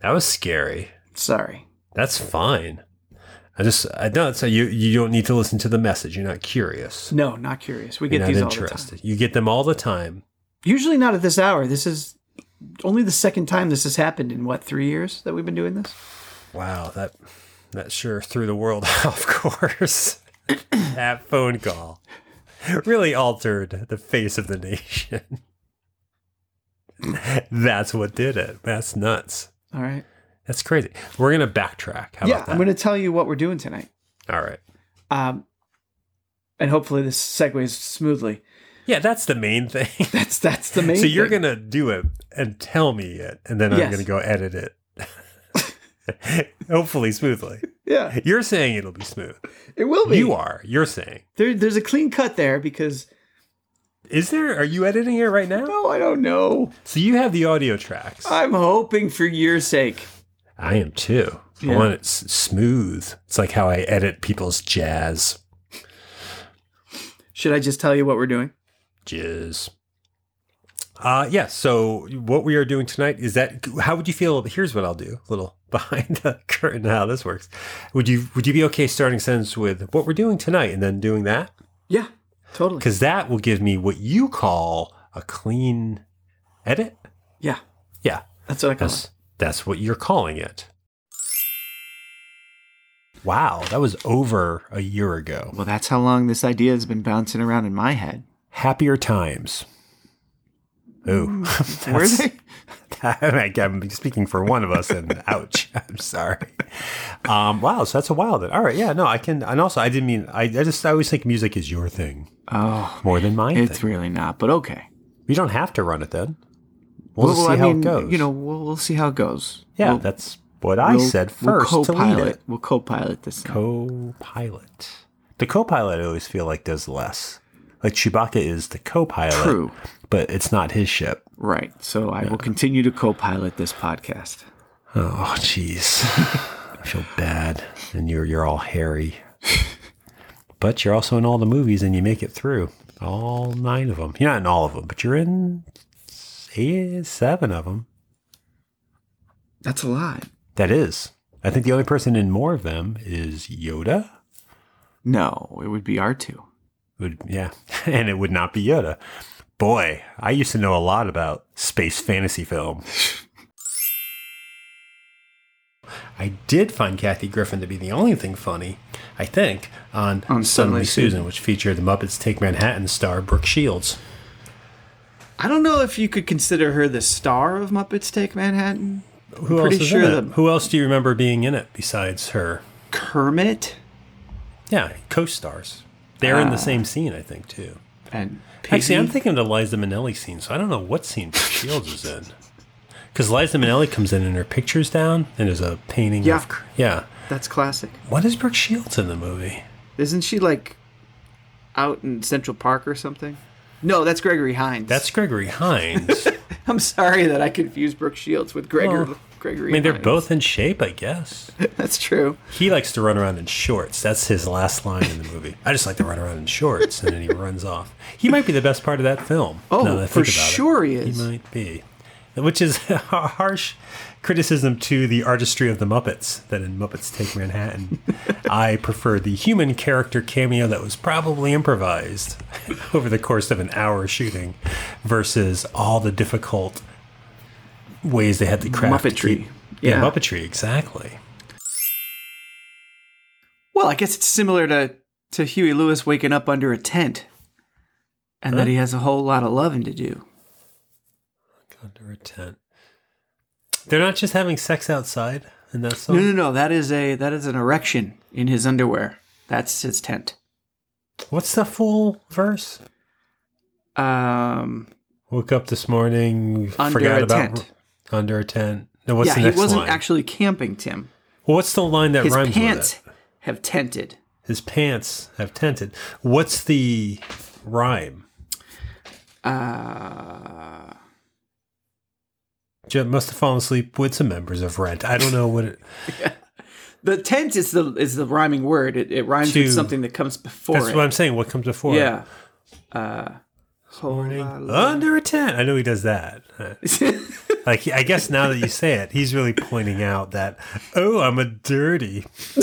Speaker 1: That was scary.
Speaker 8: Sorry.
Speaker 1: That's fine. I just I don't so you you don't need to listen to the message. You're not curious.
Speaker 8: No, not curious. We
Speaker 1: You're
Speaker 8: get
Speaker 1: not
Speaker 8: these all the time.
Speaker 1: interested. You get them all the time.
Speaker 8: Usually not at this hour. This is only the second time this has happened in what three years that we've been doing this.
Speaker 1: Wow, that that sure threw the world [LAUGHS] out,
Speaker 8: [COUGHS]
Speaker 1: of course. that phone call really altered the face of the nation. [LAUGHS] That's what did it. That's nuts.
Speaker 8: All right.
Speaker 1: That's crazy. We're gonna backtrack. How
Speaker 8: yeah,
Speaker 1: about that?
Speaker 8: I'm going to tell you what we're doing tonight,
Speaker 1: All right.
Speaker 8: um, and hopefully this segues smoothly. [LAUGHS]
Speaker 1: Yeah, that's the main [LAUGHS] thing.
Speaker 8: That's that's the main.
Speaker 1: so you're
Speaker 8: thing.
Speaker 1: gonna do it and tell me it, and then I'm
Speaker 8: Yes.
Speaker 1: gonna go edit it. [LAUGHS] Hopefully smoothly.
Speaker 8: yeah,
Speaker 1: You're saying it'll be smooth.
Speaker 8: it will be.
Speaker 1: You are. You're saying.
Speaker 8: There, there's a clean cut there because
Speaker 1: Is there? Are you editing it right now?
Speaker 8: no, I don't know.
Speaker 1: So you have the audio tracks. I,
Speaker 8: I'm hoping for your sake.
Speaker 1: am too. I
Speaker 8: Yeah.
Speaker 1: want it s- smooth. It's like how I edit people's jazz.
Speaker 8: Should I just tell you what we're doing?
Speaker 1: Jizz. Uh, yeah. So what we are doing tonight is that. How would you feel? Here's what I'll do. A little [LAUGHS] behind the curtain. How this works. Would you Would you be okay starting a sentence with what we're doing tonight and then doing that?
Speaker 8: Yeah, totally.
Speaker 1: Because that will give me what you call a clean edit.
Speaker 8: Yeah,
Speaker 1: Yeah.
Speaker 8: that's what I call it.
Speaker 1: That's that's what you're calling it. Wow, that was over a year ago.
Speaker 9: Well, that's how long this idea has been bouncing around in my head.
Speaker 1: Happier times. Ooh, [LAUGHS]
Speaker 9: Were
Speaker 1: that's-
Speaker 9: they?
Speaker 1: [LAUGHS] I'm speaking for one of us, and [LAUGHS] ouch. I'm sorry. Um, wow, so that's a while then. All right, yeah, no, I can. And also, I didn't mean. I, I just I always think music is your thing
Speaker 9: Oh,
Speaker 1: more than mine.
Speaker 9: it's
Speaker 1: Thing.
Speaker 9: really not, but okay.
Speaker 1: You don't have to run it then. We'll, just see
Speaker 9: I
Speaker 1: how
Speaker 9: mean,
Speaker 1: it goes.
Speaker 9: You know, we'll, we'll see how it goes.
Speaker 1: yeah,
Speaker 9: We'll-
Speaker 1: that's what I
Speaker 9: we'll-
Speaker 1: said first
Speaker 9: We'll
Speaker 1: to lead
Speaker 9: co-pilot.
Speaker 1: it.
Speaker 9: We'll co-pilot this. thing.
Speaker 1: co-pilot. The co-pilot I always feel like does less. Like Chewbacca is the co-pilot,
Speaker 9: True.
Speaker 1: but it's not his ship.
Speaker 9: Right. So I will continue to co-pilot this podcast.
Speaker 1: Oh, jeez, I feel bad, and you're you're all hairy, but you're also in all the movies, and you make it through all nine of them. You're not in all of them, but you're in eight, seven of them.
Speaker 9: That's a lot.
Speaker 1: That is, I think the only person in more of them is Yoda.
Speaker 9: No, it would be R two.
Speaker 1: Would yeah, [LAUGHS] and it would not be Yoda. Boy, I used to know a lot about space fantasy film. I did find Kathy Griffin to be the only thing funny, I think, on,
Speaker 9: On
Speaker 1: Suddenly
Speaker 9: Suddenly
Speaker 1: Susan,
Speaker 9: Susan.
Speaker 1: which featured the Muppets Take Manhattan star Brooke Shields.
Speaker 2: I don't know if you could consider her the star of Muppets Take Manhattan.
Speaker 1: Who
Speaker 2: pretty
Speaker 1: else is
Speaker 2: sure
Speaker 1: in it?
Speaker 2: the-
Speaker 1: Who else do you remember being in it besides her?
Speaker 2: Kermit
Speaker 1: Yeah, co-stars. They're in the same scene, I think, too.
Speaker 2: and
Speaker 1: Actually, I'm
Speaker 2: Piggy.
Speaker 1: thinking of the Liza Minnelli scene, so I don't know what scene Brooke Shields is in. Because Liza Minnelli comes in and her picture's down, and there's a painting
Speaker 2: Yeah.
Speaker 1: of. cr- Yeah.
Speaker 2: That's classic.
Speaker 1: What is Brooke Shields in the movie?
Speaker 2: Isn't she like out in Central Park or something? No, that's Gregory Hines.
Speaker 1: That's Gregory Hines. I
Speaker 2: [LAUGHS] I'm sorry that I confused Brooke Shields with Gregor
Speaker 1: Well,
Speaker 2: Gregory.
Speaker 1: mean, they're
Speaker 2: Hines.
Speaker 1: both in shape, I guess.
Speaker 2: [LAUGHS] That's true.
Speaker 1: He likes to run around in shorts. That's his last line in the movie. I just like to run around in shorts, and then he runs off. He might be the best part of that film.
Speaker 2: Oh,
Speaker 1: now that I
Speaker 2: for
Speaker 1: think about it.
Speaker 2: sure he is.
Speaker 1: He might be. Which is [LAUGHS] a harsh criticism to the artistry of the Muppets, that in Muppets Take
Speaker 2: [LAUGHS]
Speaker 1: Manhattan, I prefer the human character cameo that was probably improvised [LAUGHS] over the course of an hour shooting versus all the difficult ways they had to craft. to
Speaker 9: Muppetry.
Speaker 1: keep- Yeah.
Speaker 2: Yeah.
Speaker 1: Muppetry, exactly.
Speaker 2: Well, I guess it's similar to to Huey Lewis waking up under a tent, and that he has a whole lot of loving to do.
Speaker 1: Under a tent. They're not just having sex outside in that song?
Speaker 2: No, no, no. That is a that is an erection in his underwear. That's his tent.
Speaker 1: What's the full verse?
Speaker 2: Um,
Speaker 1: Woke up this morning,
Speaker 2: Under
Speaker 1: forgot
Speaker 2: a
Speaker 1: about
Speaker 2: tent.
Speaker 1: under a tent. No, what's
Speaker 2: yeah,
Speaker 1: the
Speaker 2: he
Speaker 1: next
Speaker 2: wasn't
Speaker 1: line?
Speaker 2: actually camping, Tim.
Speaker 1: well, what's the line that
Speaker 2: His
Speaker 1: rhymes
Speaker 2: pants
Speaker 1: with
Speaker 2: have tented.
Speaker 1: His pants have tented. What's the rhyme?
Speaker 2: Uh,
Speaker 1: Jim must have fallen asleep with some members of Rent. I don't know what it.
Speaker 2: the tent is the is the rhyming word. It, it rhymes
Speaker 1: To-
Speaker 2: with something that comes before
Speaker 1: That's
Speaker 2: it.
Speaker 1: what I'm saying. What comes before? it?
Speaker 2: yeah. Uh,
Speaker 1: Morning.
Speaker 2: hola-
Speaker 1: Under a tent. I know he does that.
Speaker 2: [LAUGHS]
Speaker 1: Like I guess now that you say it, he's really pointing out that oh, I'm a dirty. [LAUGHS]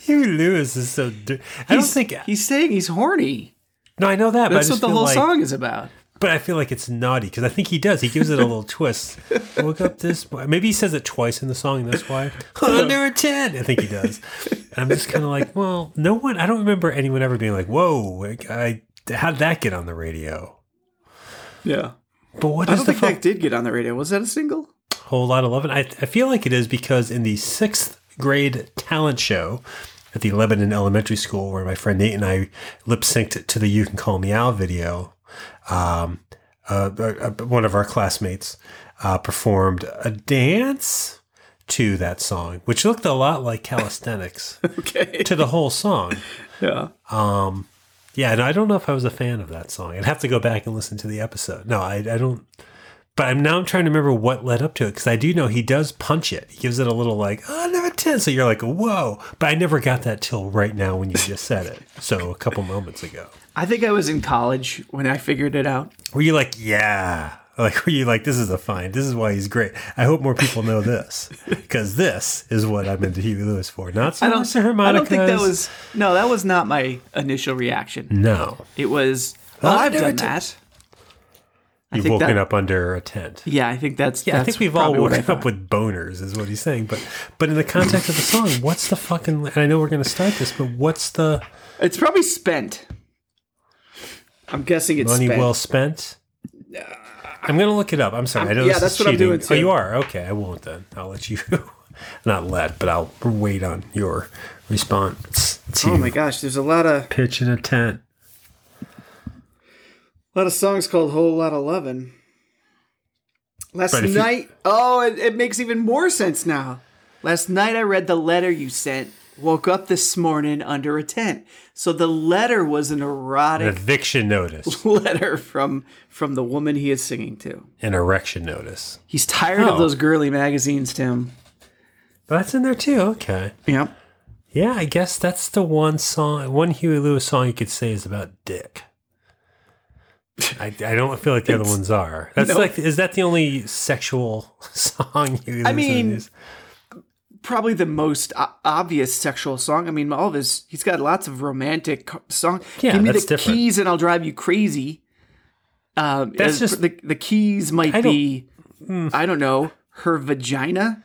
Speaker 1: Hugh Lewis is so. Di- I don't
Speaker 2: He's-
Speaker 1: think.
Speaker 2: he's saying he's horny.
Speaker 1: No, I know that. but I
Speaker 2: That's
Speaker 1: just
Speaker 2: what the
Speaker 1: feel
Speaker 2: whole
Speaker 1: like-
Speaker 2: song is about.
Speaker 1: But I feel like it's naughty because I think he does. He gives it a
Speaker 2: [LAUGHS]
Speaker 1: little twist. Woke up this. mo- Maybe he says it twice in the song. and That's why under a ten. I think he does. And I'm just kind of like, well, no one. I don't remember anyone ever being like, whoa, like, I how would that get on the radio?
Speaker 2: [LAUGHS] Yeah.
Speaker 1: But what
Speaker 2: I
Speaker 1: is
Speaker 2: don't
Speaker 1: the
Speaker 2: think
Speaker 1: fu-
Speaker 2: that did get on the radio. Was that a single? [LAUGHS]
Speaker 1: whole lot of love? And I, I feel like it is because in the sixth grade talent show at the Lebanon Elementary School, where my friend Nate and I lip synced to the "You Can Call Me Out" video, um, uh, uh, one of our classmates uh, performed a dance to that song, which looked a lot like calisthenics
Speaker 2: Okay.
Speaker 1: to the whole song.
Speaker 2: Yeah.
Speaker 1: Um, yeah, and I don't know if I was a fan of that song. I'd have to go back and listen to the episode. No, I, I don't. But I'm now I'm trying to remember what led up to it because I do know he does punch it. He gives it a little like oh, number ten. So you're like whoa. But I never got that till right now when you just said it. [LAUGHS] So a couple moments ago,
Speaker 2: I think I was in college when I figured it out.
Speaker 1: were you like yeah? Like were you like this is a find? This is why he's great. I hope more people know this [LAUGHS] because this is what I'm into Huey Lewis for. Not so
Speaker 2: I don't,
Speaker 1: much the
Speaker 2: I don't
Speaker 1: harmonicas.
Speaker 2: think that was. No, that was not my initial reaction.
Speaker 1: no.
Speaker 2: It was. Oh, I've
Speaker 1: Under
Speaker 2: done
Speaker 1: attack.
Speaker 2: that. I
Speaker 1: You've
Speaker 2: think
Speaker 1: woken
Speaker 2: that-
Speaker 1: up under a tent.
Speaker 2: Yeah, I think that's.
Speaker 1: Yeah, I
Speaker 2: that's
Speaker 1: think we've all
Speaker 2: probably what I
Speaker 1: woken up
Speaker 2: thought.
Speaker 1: with boners, is what he's saying. But but in the context of the song, what's the fucking? And I know we're gonna start this, but what's the
Speaker 2: It's probably spent. I'm guessing it's
Speaker 1: money
Speaker 2: spent.
Speaker 1: well spent? I'm gonna look it up. I'm sorry. I
Speaker 2: I'm-
Speaker 1: know
Speaker 2: yeah,
Speaker 1: this
Speaker 2: that's
Speaker 1: is
Speaker 2: what I'm
Speaker 1: cheating.
Speaker 2: doing,
Speaker 1: Oh, you
Speaker 2: too.
Speaker 1: are okay. I won't then. I'll let you [LAUGHS] not let, but I'll wait on your response to
Speaker 2: oh my gosh, there's a lot of
Speaker 1: pitch in a tent.
Speaker 2: lot of songs called "Whole Lot of Lovin'." Last
Speaker 1: Right, if you-
Speaker 2: night, oh, it, it makes even more sense now. Last night I read the letter you sent. Woke up this morning under a tent. So the letter was an
Speaker 1: An [LAUGHS]
Speaker 2: erotic
Speaker 1: eviction notice,
Speaker 2: letter from from the woman he is singing to.
Speaker 1: an erection notice.
Speaker 2: He's tired
Speaker 1: Oh.
Speaker 2: of those girly magazines, Tim.
Speaker 1: That's in there too. Okay.
Speaker 2: Yep.
Speaker 1: Yeah, I guess that's the one song, one Huey Lewis song you could say is about dick. I, I don't feel like the other ones are. That's
Speaker 2: No.
Speaker 1: like, is that the only sexual [LAUGHS] song Huey Lewis
Speaker 2: I mean,
Speaker 1: is?
Speaker 2: probably the most o- obvious sexual song. I mean, all of his he's got lots of romantic co- song.
Speaker 1: Yeah,
Speaker 2: Give me
Speaker 1: that's
Speaker 2: the
Speaker 1: different.
Speaker 2: keys and I'll drive you crazy. Um,
Speaker 1: That's
Speaker 2: uh,
Speaker 1: just-
Speaker 2: the the keys might
Speaker 1: I don't- Hmm.
Speaker 2: be I don't know her vagina.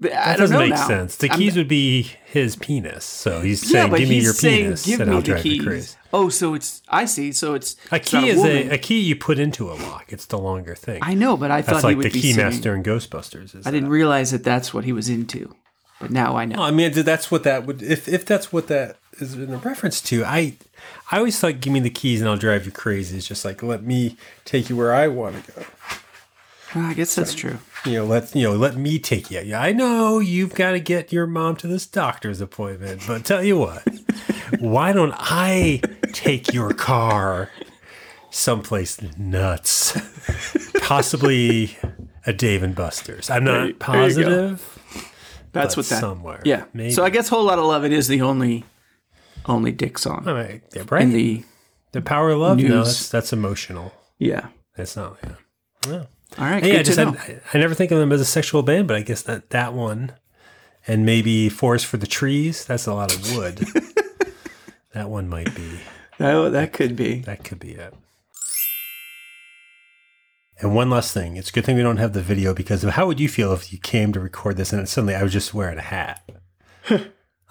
Speaker 2: Th- I
Speaker 1: That
Speaker 2: don't
Speaker 1: doesn't
Speaker 2: know
Speaker 1: make
Speaker 2: now.
Speaker 1: sense. The
Speaker 2: I'm-
Speaker 1: keys would be his penis. So he's
Speaker 2: yeah,
Speaker 1: saying,
Speaker 2: but
Speaker 1: "Give me
Speaker 2: he's
Speaker 1: your
Speaker 2: saying,
Speaker 1: penis,
Speaker 2: give
Speaker 1: and
Speaker 2: me
Speaker 1: I'll
Speaker 2: the
Speaker 1: drive
Speaker 2: keys.
Speaker 1: you crazy."
Speaker 2: Oh, so it's I see. So it's
Speaker 1: A
Speaker 2: it's not
Speaker 1: key is a,
Speaker 2: woman.
Speaker 1: a key you put into a lock. It's the longer thing.
Speaker 2: I know, but I
Speaker 1: that's
Speaker 2: thought
Speaker 1: like
Speaker 2: he would
Speaker 1: the
Speaker 2: be
Speaker 1: key
Speaker 2: singing.
Speaker 1: master in Ghostbusters. Is
Speaker 2: I didn't realize that that's what he was into, but now I know.
Speaker 1: No, I mean that's what that would if if that's what that is in a reference to. I I always thought, give me the keys and I'll drive you crazy. It's just like let me take you where I want to go.
Speaker 2: Well, I guess that's true.
Speaker 1: You know, let you know, let me take you. Yeah, I know you've got to get your mom to this doctor's appointment, but tell you what, [LAUGHS] why don't I take your car someplace nuts, possibly a Dave and Buster's. I'm
Speaker 2: There you-
Speaker 1: not
Speaker 2: there you go.
Speaker 1: positive.
Speaker 2: That's
Speaker 1: but
Speaker 2: what that.
Speaker 1: somewhere.
Speaker 2: Yeah.
Speaker 1: Maybe.
Speaker 2: So I guess whole lot of love. It is the only, only dick song
Speaker 1: All right, yeah, right.
Speaker 2: in the
Speaker 1: The power of love.
Speaker 2: News.
Speaker 1: No, that's, that's emotional.
Speaker 2: yeah.
Speaker 1: That's not. Yeah.
Speaker 2: All right,
Speaker 1: Yeah, I
Speaker 2: good to
Speaker 1: just
Speaker 2: know.
Speaker 1: had, I never think of them as a sexual band, but I guess that that one, and maybe Forest for the Trees. That's a lot of
Speaker 2: [LAUGHS]
Speaker 1: wood. that one might be.
Speaker 2: Oh, that could be.
Speaker 1: That could be it. And one last thing. It's a good thing we don't have the video because how would you feel if you came to record this and suddenly I was just wearing a
Speaker 2: [LAUGHS]
Speaker 1: hat,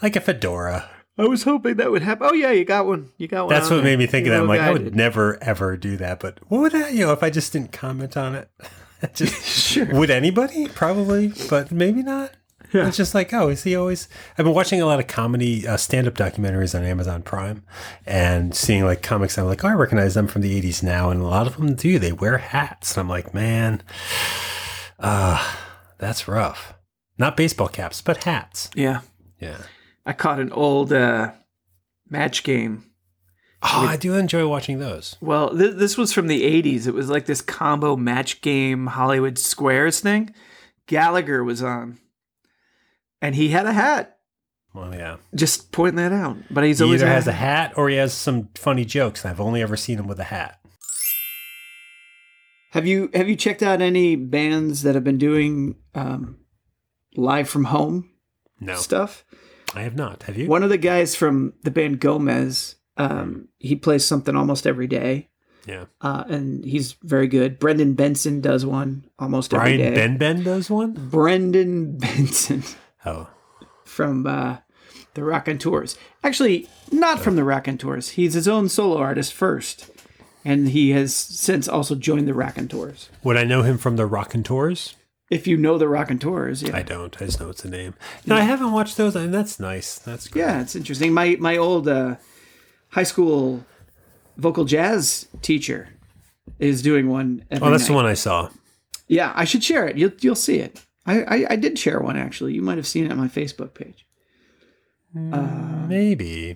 Speaker 1: like a fedora?
Speaker 2: I was hoping that would happen. Oh yeah, you got one. You got one.
Speaker 1: That's what made me think of that. I'm like, I would [LAUGHS]
Speaker 2: never.
Speaker 1: never ever do that. But what would that, you know, if I just didn't comment on it? [LAUGHS] just would anybody probably, but maybe not. It's just like, oh, is he always? I've been watching a lot of comedy uh, stand-up documentaries on Amazon Prime, and seeing like comics. I'm like, oh, I recognize them from the '80s now, and a lot of them do. They wear hats, and I'm like, man, uh, that's rough. Not baseball caps, but hats.
Speaker 2: Yeah.
Speaker 1: Yeah,
Speaker 2: I caught an old uh, match game
Speaker 1: Oh, I do enjoy watching those.
Speaker 2: Well, th- this was from the 80s. It was like this combo match game Hollywood Squares thing. Gallagher was on. And he had a hat.
Speaker 1: Well, yeah.
Speaker 2: Just pointing that out. But he's
Speaker 1: He
Speaker 2: always
Speaker 1: either
Speaker 2: had a
Speaker 1: has a hat or he has some funny jokes, and I've only ever seen him with a hat.
Speaker 10: Have you have you checked out any bands that have been doing um, live from home
Speaker 1: No,
Speaker 10: stuff?
Speaker 1: I have not. Have you?
Speaker 10: One of the guys from the band Gomez, um, he plays something almost every day,
Speaker 1: Yeah.
Speaker 10: uh, and he's very good. Brendan Benson does one almost every
Speaker 1: Brian
Speaker 10: day.
Speaker 1: Ben Ben does one?
Speaker 10: Brendan [LAUGHS] Benson
Speaker 1: Oh.
Speaker 10: from uh, the Rock and Tours. Actually, not from the Rock and Tours. He's his own solo artist first, and he has since also joined the Rock and Tours.
Speaker 1: Would I know him from the Rockin' Tours?
Speaker 10: If you know the Rock and Tours, yeah.
Speaker 1: I don't. I just know it's a name. No, I haven't watched those. I mean, that's nice. That's great.
Speaker 10: Yeah, it's interesting. My my old uh, high school vocal jazz teacher is doing one. Every
Speaker 1: Oh, that's
Speaker 10: night.
Speaker 1: the one I saw.
Speaker 10: Yeah, I should share it. You'll you'll see it. I, I I did share one actually. You might have seen it on my Facebook page.
Speaker 1: Maybe.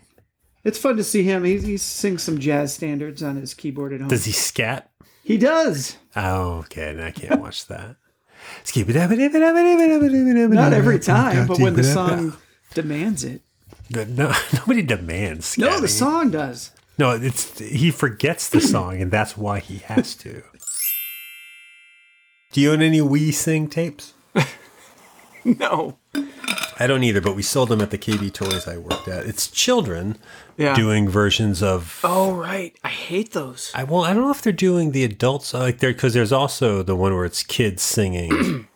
Speaker 10: It's fun to see him. He he sings some jazz standards on his keyboard at home.
Speaker 1: Does he scat?
Speaker 10: he does.
Speaker 1: Oh, okay. Now I can't watch that. Not
Speaker 10: Not
Speaker 1: [LAUGHS]
Speaker 10: every time, but when the song demands it.
Speaker 1: No, nobody demands.
Speaker 10: No,
Speaker 1: scatting.
Speaker 10: the song does.
Speaker 1: No, it's he forgets
Speaker 2: [CLEARS THROAT]
Speaker 1: the song, and that's why he has to. Do you own any We Sing tapes?
Speaker 2: [LAUGHS] No.
Speaker 1: I don't either, but we sold them at the KB Toys I worked at. It's children
Speaker 2: Yeah.
Speaker 1: doing versions of
Speaker 2: Oh, right. I hate those.
Speaker 1: I well, I don't know if they're doing the adults uh, like there because there's also the one where it's kids [CLEARS THROAT] singing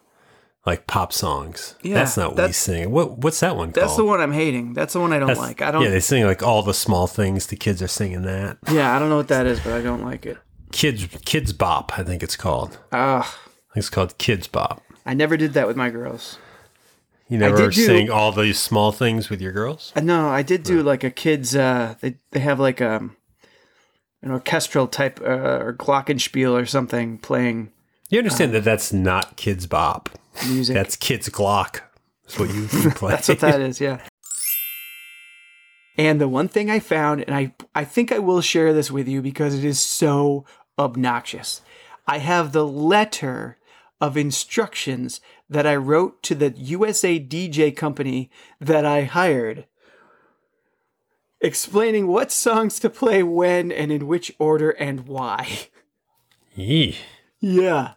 Speaker 1: like pop songs.
Speaker 2: Yeah,
Speaker 1: that's not we
Speaker 2: that's-
Speaker 1: sing. What what's that one
Speaker 2: That's
Speaker 1: called?
Speaker 2: the one I'm hating. That's the one I don't
Speaker 1: That's-
Speaker 2: like. I don't.
Speaker 1: Yeah,
Speaker 2: Yeah,
Speaker 1: they sing like all the small things. The kids are singing that.
Speaker 2: I don't know what that is, but I don't like it.
Speaker 1: Kids Kids Bop, I think it's called.
Speaker 2: Ugh.
Speaker 1: It's called Kids Bop.
Speaker 2: I never did that with my girls.
Speaker 1: You never
Speaker 2: did do-
Speaker 1: sing all these small things with your girls.
Speaker 2: Uh, No, I did do like a kid's. Uh, they they have like um, an orchestral type uh, or glockenspiel or something playing
Speaker 1: You understand that that's not Kids Bop.
Speaker 2: music.
Speaker 1: That's Kids Glock. That's what
Speaker 2: [LAUGHS]
Speaker 1: you play.
Speaker 2: That's what that is, yeah. And the one thing I found, and I I think I will share this with you because it is so obnoxious. I have the letter of instructions that I wrote to the USA DJ company that I hired explaining what songs to play when and in which order and why. [LAUGHS]
Speaker 1: Yee.
Speaker 2: Yeah.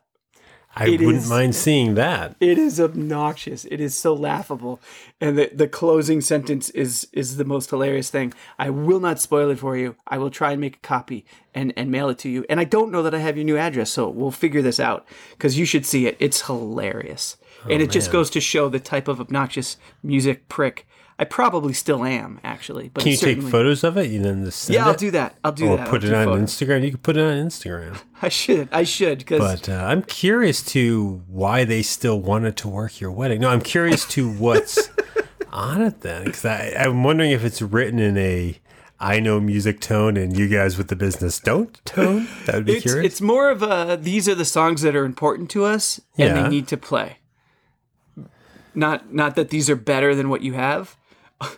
Speaker 1: I
Speaker 2: It
Speaker 1: wouldn't
Speaker 2: is-
Speaker 1: mind seeing that.
Speaker 2: It is obnoxious. It is so laughable. And the, the closing sentence is is the most hilarious thing. I will not spoil it for you. I will try and make a copy and, and mail it to you. And I don't know that I have your new address, so we'll figure this out. Because you should see it. It's hilarious.
Speaker 1: Oh,
Speaker 2: and it just goes to show the type of obnoxious music prick I probably still am, actually. But
Speaker 1: Can you
Speaker 2: certainly,
Speaker 1: take photos of it and then just send
Speaker 2: Yeah, I'll
Speaker 1: it?
Speaker 2: do that. I'll do
Speaker 1: or
Speaker 2: that. I'll
Speaker 1: put it
Speaker 2: do
Speaker 1: on
Speaker 2: photos.
Speaker 1: Instagram. You can put it on Instagram.
Speaker 2: I should. I should. Because
Speaker 1: But uh, I'm curious to why they still wanted to work your wedding. No, I'm curious to
Speaker 2: [LAUGHS]
Speaker 1: what's on it then, because I'm wondering if it's written in a I know music tone and you guys with the business don't tone. That would be
Speaker 2: it's,
Speaker 1: curious.
Speaker 2: it's more of a these are the songs that are important to us and
Speaker 1: Yeah.
Speaker 2: they need to play not not that these are better than what you have [LAUGHS]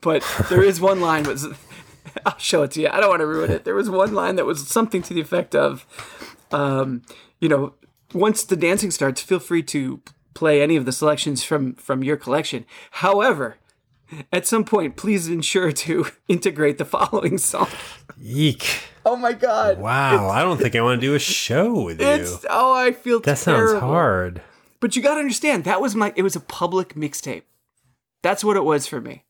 Speaker 2: but there is one line was [LAUGHS] i'll show it to you i don't want to ruin it there was one line that was something to the effect of um, you know once the dancing starts feel free to play any of the selections from from your collection however at some point please ensure to [LAUGHS] integrate the following song
Speaker 1: Eek.
Speaker 2: oh my god
Speaker 1: Wow. I don't think I want to do a show with you.
Speaker 2: It's oh, I feel
Speaker 1: That sounds
Speaker 2: terrible.
Speaker 1: hard.
Speaker 2: But you got to understand that was my. It was a public mixtape. That's what it was for me.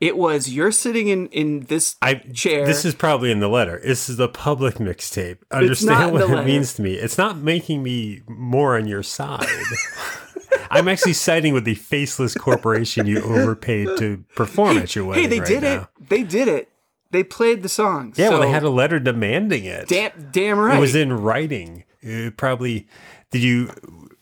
Speaker 2: It was you're sitting in in this
Speaker 1: I
Speaker 2: chair.
Speaker 1: This is probably in the letter. This is a public mixtape. Understand
Speaker 2: not in
Speaker 1: what
Speaker 2: the
Speaker 1: it
Speaker 2: letter.
Speaker 1: means to me. It's not making me more on your side. I'm actually siding with the faceless corporation you overpaid to perform at your wedding.
Speaker 2: hey, they
Speaker 1: right
Speaker 2: did
Speaker 1: now.
Speaker 2: it. They did it. They played the songs.
Speaker 1: Yeah,
Speaker 2: so
Speaker 1: well, they had a letter demanding it.
Speaker 2: damn damn right.
Speaker 1: It was in writing. It probably did you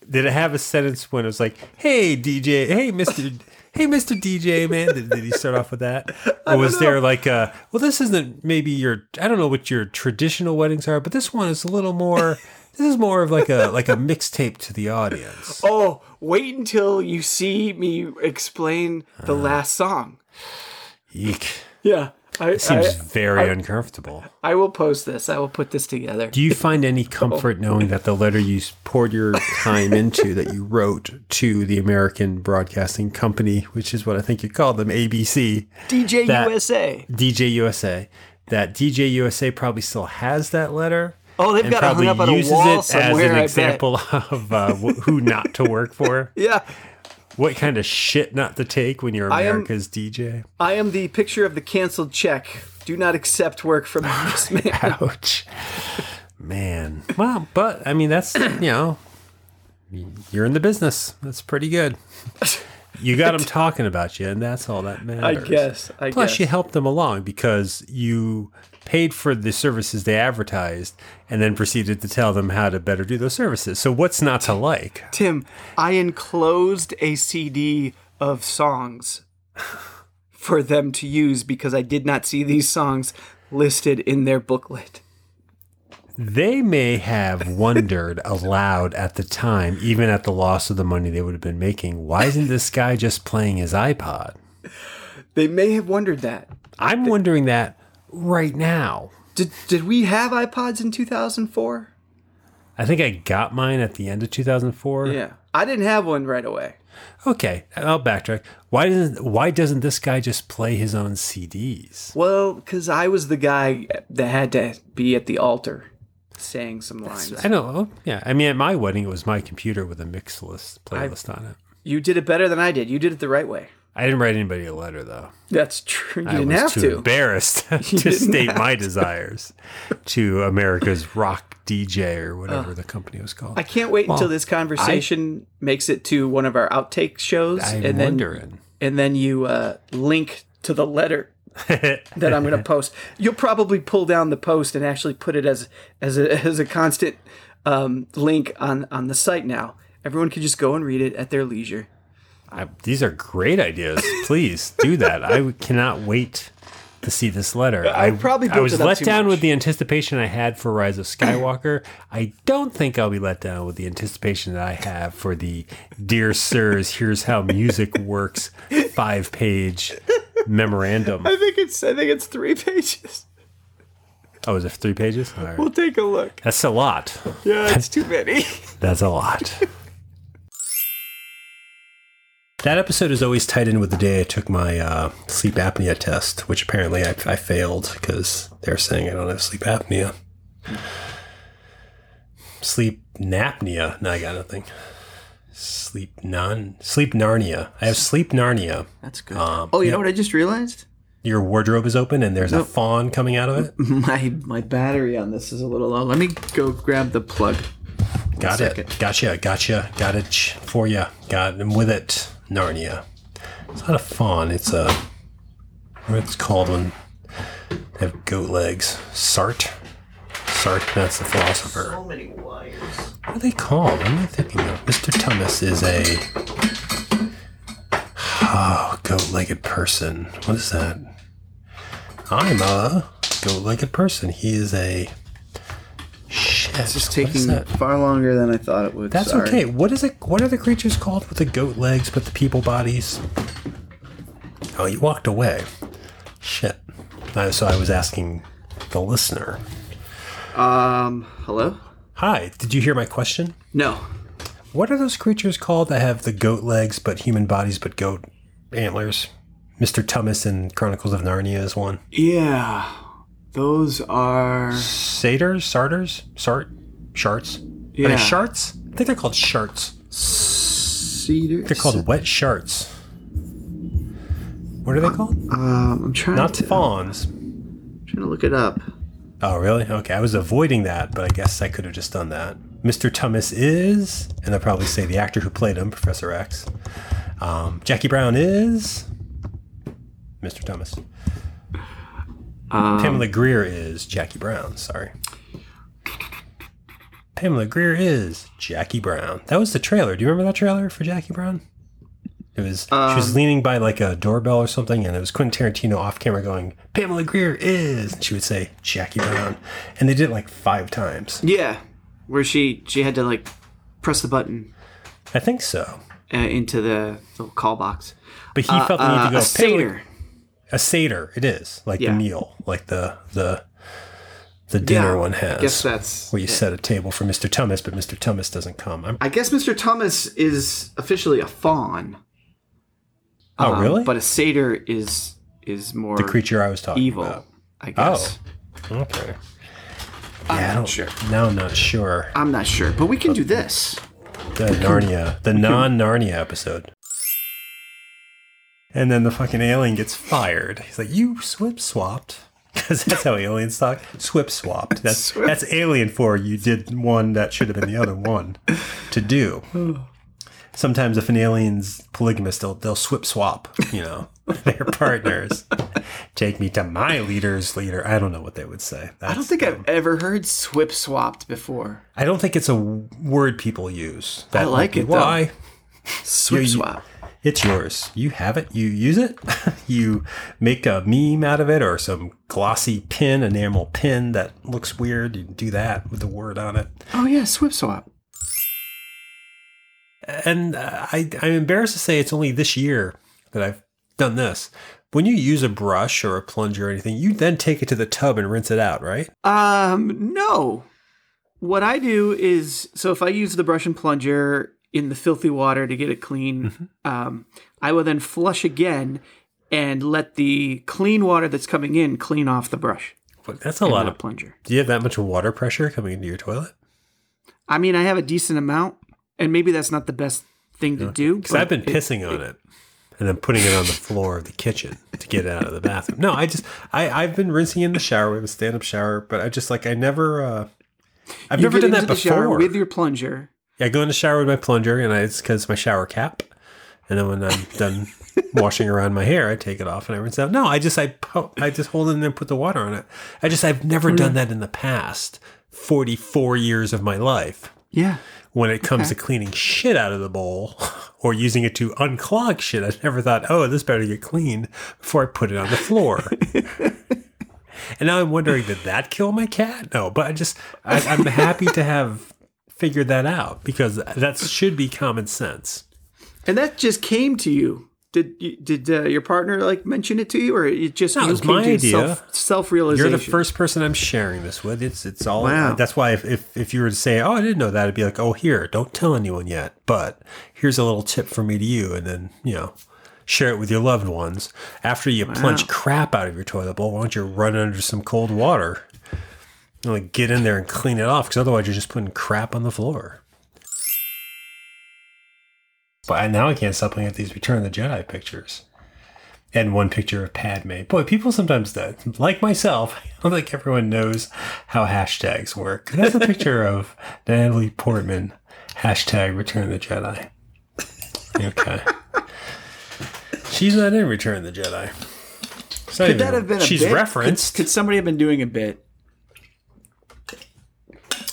Speaker 1: did it have a sentence when it was like, "Hey DJ, hey Mister, hey Mister DJ man"? Did, did he start off with
Speaker 2: [LAUGHS]
Speaker 1: that, or was there like a
Speaker 2: [LAUGHS]
Speaker 1: well, this isn't maybe your I don't know what your traditional weddings are, but this one is a little more This is more of like a like a mixtape to the audience.
Speaker 2: Oh, wait until you see me explain
Speaker 1: Uh.
Speaker 2: the last song.
Speaker 1: Yeek.
Speaker 2: Yeah. I,
Speaker 1: It seems
Speaker 2: I,
Speaker 1: very uncomfortable.
Speaker 2: I will post this. I will put this together.
Speaker 1: Do you find any comfort knowing that the letter you poured your time into, that you wrote to the American Broadcasting Company, which is what I think you called them, ABC,
Speaker 2: DJ
Speaker 1: that-
Speaker 2: USA.
Speaker 1: DJ USA, that DJ USA probably still has that letter?
Speaker 2: Oh, they've
Speaker 1: and
Speaker 2: got it hung
Speaker 1: probably
Speaker 2: up on a
Speaker 1: uses
Speaker 2: wall
Speaker 1: it as
Speaker 2: somewhere, I
Speaker 1: an
Speaker 2: bet.
Speaker 1: example [LAUGHS] of uh, wh- who not to work for,
Speaker 2: Yeah.
Speaker 1: what kind of shit not to take when you're
Speaker 2: am-
Speaker 1: America's DJ.
Speaker 2: I am the picture of the canceled check. Do not accept work [LAUGHS] from this man.
Speaker 1: Ouch. Man. Well, but I mean, that's, you know, you're in the business. That's pretty good. You got them talking about you, and that's all that
Speaker 2: I
Speaker 1: matters.
Speaker 2: guess. I
Speaker 1: Plus,
Speaker 2: guess.
Speaker 1: you helped them along because you paid for the services they advertised and then proceeded to tell them how to better do those services. So, what's not to like?
Speaker 2: Tim, I enclosed a CD of [LAUGHS] songs for them to use because I did not see these songs listed in their booklet.
Speaker 1: They may have wondered [LAUGHS] aloud at the time, even at the loss of the money they would have been making, why isn't this guy just playing his iPod?
Speaker 2: They may have wondered that.
Speaker 1: I'm wondering that right now.
Speaker 2: Did, did we have iPods in 2004?
Speaker 1: I think I got mine at the end of 2004.
Speaker 2: Yeah. I didn't have one right away.
Speaker 1: Okay, I'll backtrack. Why doesn't Why doesn't this guy just play his own CDs?
Speaker 2: Well, because I was the guy that had to be at the altar saying some lines.
Speaker 1: I don't know. Yeah, I mean, at my wedding, it was my computer with a mix list playlist on it.
Speaker 2: You did it better than I did. You did it the right way.
Speaker 1: I didn't write anybody a letter though.
Speaker 2: That's true. You
Speaker 1: I
Speaker 2: didn't
Speaker 1: was
Speaker 2: have
Speaker 1: too
Speaker 2: to. [LAUGHS]
Speaker 1: embarrassed [LAUGHS] to
Speaker 2: didn't
Speaker 1: state my desires to America's rock DJ or whatever the company was called.
Speaker 2: Uh. I can't wait until this conversation makes it to one of our outtake shows,
Speaker 1: I'm
Speaker 2: and then
Speaker 1: wondering.
Speaker 2: and then you uh, link to the letter that I'm going to post. You'll probably pull down the post and actually put it as as a, [LAUGHS] as a constant um, link on on the site now. Everyone can just go and read it at their leisure.
Speaker 1: I, these are great ideas. Please do that. I w- cannot wait to see this letter. I
Speaker 2: probably
Speaker 1: I
Speaker 2: built
Speaker 1: was
Speaker 2: it up
Speaker 1: let
Speaker 2: too
Speaker 1: down
Speaker 2: much.
Speaker 1: with the anticipation I had for Rise of Skywalker. I don't think I'll be let down with the anticipation that I have for the Dear Sirs, Here's How Music Works five page memorandum.
Speaker 2: I think it's I think it's three [LAUGHS] pages.
Speaker 1: Oh, is it three pages? All right.
Speaker 2: We'll take a look.
Speaker 1: That's a lot.
Speaker 2: Yeah, it's too [LAUGHS] many.
Speaker 1: That's a lot. that episode is always tied in with the day I took my uh, sleep apnea test, which apparently I, I failed because they're saying I don't have sleep apnea. Sleep napnea. No, I got nothing. Sleep non. Sleep Narnia. I have sleep Narnia.
Speaker 11: That's good. oh, you know what I just
Speaker 2: [LAUGHS]
Speaker 11: realized?
Speaker 1: Your wardrobe is open and there's a fawn coming out of it.
Speaker 11: My my battery on this is a little low. Let me go grab the plug.
Speaker 1: Got
Speaker 11: second.
Speaker 1: it. Gotcha. Gotcha. Got it ch- for you. Got him with it. Narnia. It's not a fawn. It's a. What it's called when they have goat legs. Sart. Sart. That's the philosopher. So many wires. What are they called? What am I thinking of? Mr. Thomas is a. Oh, goat-legged person. What is that? I'm a goat-legged person. He is a. Shit.
Speaker 11: It's just
Speaker 1: what is
Speaker 11: taking
Speaker 1: that?
Speaker 11: far longer than I thought it would.
Speaker 1: That's
Speaker 11: Sorry.
Speaker 1: okay. What is it? What are the creatures called with the goat legs but the people bodies? Oh, you walked away. Shit. Uh, so I was asking the listener.
Speaker 11: Um, hello?
Speaker 1: Hi, did you hear my question?
Speaker 11: No.
Speaker 1: What are those creatures called that have the goat legs but human bodies but goat antlers? Mr. Thomas in Chronicles of Narnia is one.
Speaker 11: Yeah. Those are
Speaker 1: Satyrs? Sarters? Sart? Sharts? Are
Speaker 11: Yeah.
Speaker 1: they sharts? I think they're called sharts.
Speaker 11: cedar.
Speaker 1: They're called wet sharts. What are they called?
Speaker 11: Um, I'm trying
Speaker 1: Not
Speaker 11: to
Speaker 1: fawns.
Speaker 11: trying to look it up.
Speaker 1: Oh, really? Okay, I was avoiding that, but I guess I could have just done that. Mr. Thomas is, and I'll probably say the actor who played him, Professor X. Um, Jackie Brown is Mr. Thomas. Pamela Greer is Jackie Brown. Sorry. Pamela Greer is Jackie Brown. That was the trailer. Do you remember that trailer for Jackie Brown? It was she
Speaker 2: Um,
Speaker 1: was leaning by like a doorbell or something, and it was Quentin Tarantino off camera going, "Pamela Greer is," and she would say Jackie Brown, and they did it like five times.
Speaker 11: Yeah.
Speaker 2: where she she had to like press the button
Speaker 1: I think so.
Speaker 2: uh, into the little call box.
Speaker 1: But he felt the need
Speaker 2: Uh,
Speaker 1: to
Speaker 2: a
Speaker 1: go "Piddly-"
Speaker 2: satyr.
Speaker 1: A satyr, it is like
Speaker 2: Yeah.
Speaker 1: the meal, like the the the dinner
Speaker 2: Yeah,
Speaker 1: one has.
Speaker 2: I guess that's.
Speaker 1: where you set a table for Mr. Thomas, but Mr. Thomas doesn't come. I'm,
Speaker 2: I guess Mr. Thomas is officially a fawn.
Speaker 1: oh,
Speaker 2: um,
Speaker 1: really?
Speaker 2: But a satyr is is more
Speaker 1: the creature I was talking
Speaker 2: evil,
Speaker 1: about. Oh.
Speaker 2: I guess.
Speaker 1: Okay. Yeah, I'm not
Speaker 2: sure.
Speaker 1: Now I'm not sure.
Speaker 2: I'm not sure, but we can
Speaker 1: Uh,
Speaker 2: do this.
Speaker 1: The Narnia, the non-Narnia episode. And then the fucking alien gets fired. He's like, "You swip swapped." [LAUGHS] Because that's how aliens talk. Swip swapped.
Speaker 2: [LAUGHS]
Speaker 1: That's that's alien for you did one that should have been the other one to
Speaker 2: [SIGHS]
Speaker 1: do. Sometimes if an alien's polygamous, they'll they'll swip swap. You know, [LAUGHS] their partners. Take me to my leader's leader. I don't know what they would say.
Speaker 8: I don't think I've ever heard swip swapped before.
Speaker 1: I don't think it's a word people use. That
Speaker 2: I
Speaker 1: might
Speaker 2: like
Speaker 1: be
Speaker 2: it, though.
Speaker 1: Why?
Speaker 2: Swip
Speaker 1: you-
Speaker 2: swap.
Speaker 1: It's yours. You have it. You use it. [LAUGHS] you make a meme out of it or some glossy pin, enamel pin that looks weird. You do that with the word on it.
Speaker 2: Oh yeah, swip swap.
Speaker 1: And uh, I, I'm embarrassed to say it's only this year that I've done this. When you use a brush or a plunger or anything, you then take it to the tub and rinse it out, right?
Speaker 2: Um, no. What I do is so if I use the brush and plunger in the filthy water to get it clean,
Speaker 1: Mm-hmm.
Speaker 2: um, I will then flush again and let the clean water that's coming in clean off the brush.
Speaker 1: But that's a
Speaker 2: and
Speaker 1: lot
Speaker 2: not
Speaker 1: of.
Speaker 2: plunger.
Speaker 1: Do you have that much water pressure coming into your toilet?
Speaker 2: I mean, I have a decent amount, and maybe that's not the best thing to do.
Speaker 1: Because I've
Speaker 2: but
Speaker 1: been pissing on it and then putting it on the floor of the kitchen to get it out of the bathroom. No, I just I I've been rinsing in the shower. We have a stand up shower, but I just like I never uh I've
Speaker 2: you
Speaker 1: never
Speaker 2: get
Speaker 1: done that
Speaker 2: into the shower
Speaker 1: before.
Speaker 2: with your plunger.
Speaker 1: I go in the shower with my plunger and I, it's because my shower cap. And then when I'm
Speaker 2: [LAUGHS]
Speaker 1: done washing around my hair, I take it off and I rinse it out. No, I just I po- I just hold it in there and put the water on it. I just I've
Speaker 2: Mm-hmm.
Speaker 1: never done that in the past forty four years of my life
Speaker 2: Yeah.
Speaker 1: when it comes to cleaning shit out of the bowl [LAUGHS] or using it to unclog shit. I never thought, oh, this better get cleaned before I put it on the floor. and now I'm wondering, did that kill my cat? No, but I just, I, I'm happy to have figured that out because that should be common sense.
Speaker 2: And that just came to you. Did you, did uh, your partner like mention it to you, or it just
Speaker 1: No, it
Speaker 2: you
Speaker 1: was my
Speaker 2: to
Speaker 1: idea.
Speaker 2: self self realization?
Speaker 1: You're the first person I'm sharing this with. It's it's all.
Speaker 2: Wow.
Speaker 1: That's why if, if if you were to say, "Oh, I didn't know that," it'd be like, "Oh, here, don't tell anyone yet, but here's a little tip from me to you," and then you know, share it with your loved ones. After you plunge crap out of your toilet bowl, why don't you run it under some cold water? And, like get in there and clean it off, because otherwise you're just putting crap on the floor. But I, now I can't stop looking at these Return of the Jedi pictures and one picture of Padme. Boy, people sometimes, do- like myself, [LAUGHS] I don't think everyone knows how hashtags work. That's a
Speaker 2: [LAUGHS]
Speaker 1: picture of Natalie Portman, hashtag Return of the Jedi.
Speaker 2: [LAUGHS]
Speaker 1: Okay. She's not in Return of the Jedi. It's not
Speaker 2: Could
Speaker 1: even-
Speaker 2: that have been a
Speaker 1: She's
Speaker 2: bit?
Speaker 1: referenced.
Speaker 2: Could somebody have been doing a bit?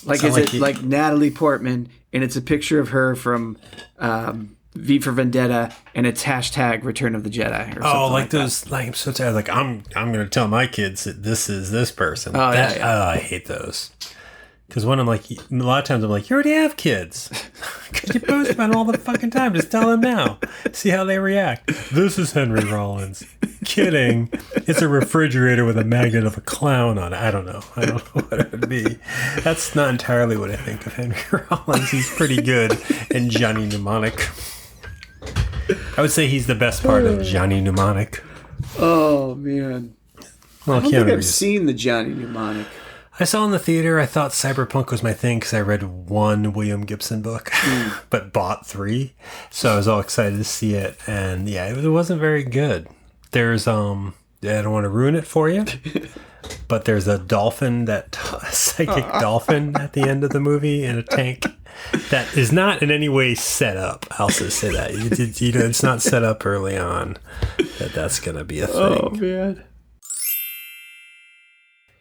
Speaker 2: Like,
Speaker 1: Sound
Speaker 2: is
Speaker 1: like
Speaker 2: it
Speaker 1: you-
Speaker 2: like Natalie Portman, and it's a picture of her from um, V for Vendetta, and it's hashtag Return of the Jedi? Or
Speaker 1: Oh,
Speaker 2: something
Speaker 1: like,
Speaker 2: like that.
Speaker 1: those, like I'm so tired. Like I'm, I'm gonna tell my kids that this is this person.
Speaker 2: Oh, yeah,
Speaker 1: That-
Speaker 2: yeah.
Speaker 1: oh, I hate those. Because when I'm like, a lot of times I'm like, you already have
Speaker 2: [LAUGHS]
Speaker 1: kids. Because you post about it all the fucking time. Just tell them now. See how they react. This is Henry Rollins. Kidding. It's a refrigerator with a magnet of a clown on it. I don't know. I don't know [LAUGHS] what it would be. That's not entirely what I think of Henry [LAUGHS] Rollins. He's pretty good and Johnny Mnemonic. I would say he's the best part of Johnny Mnemonic.
Speaker 2: Oh man,
Speaker 1: Well,
Speaker 2: I don't
Speaker 1: Keanu
Speaker 2: think I've
Speaker 1: Reeves.
Speaker 2: seen the Johnny Mnemonic.
Speaker 1: I saw in the theater. I thought cyberpunk was my thing because I read one William Gibson book,
Speaker 2: Hmm.
Speaker 1: [LAUGHS] but bought three, so I was all excited to see it. And yeah, it wasn't very good. There's um, I don't want to ruin it for
Speaker 2: [LAUGHS]
Speaker 1: you, but there's a dolphin that [LAUGHS]
Speaker 2: [LAUGHS]
Speaker 1: psychic dolphin at the end of the movie in a tank that is not in any way set up. I'll also say that you, did- you know it's not set up early on that that's gonna be a thing.
Speaker 2: Oh, man,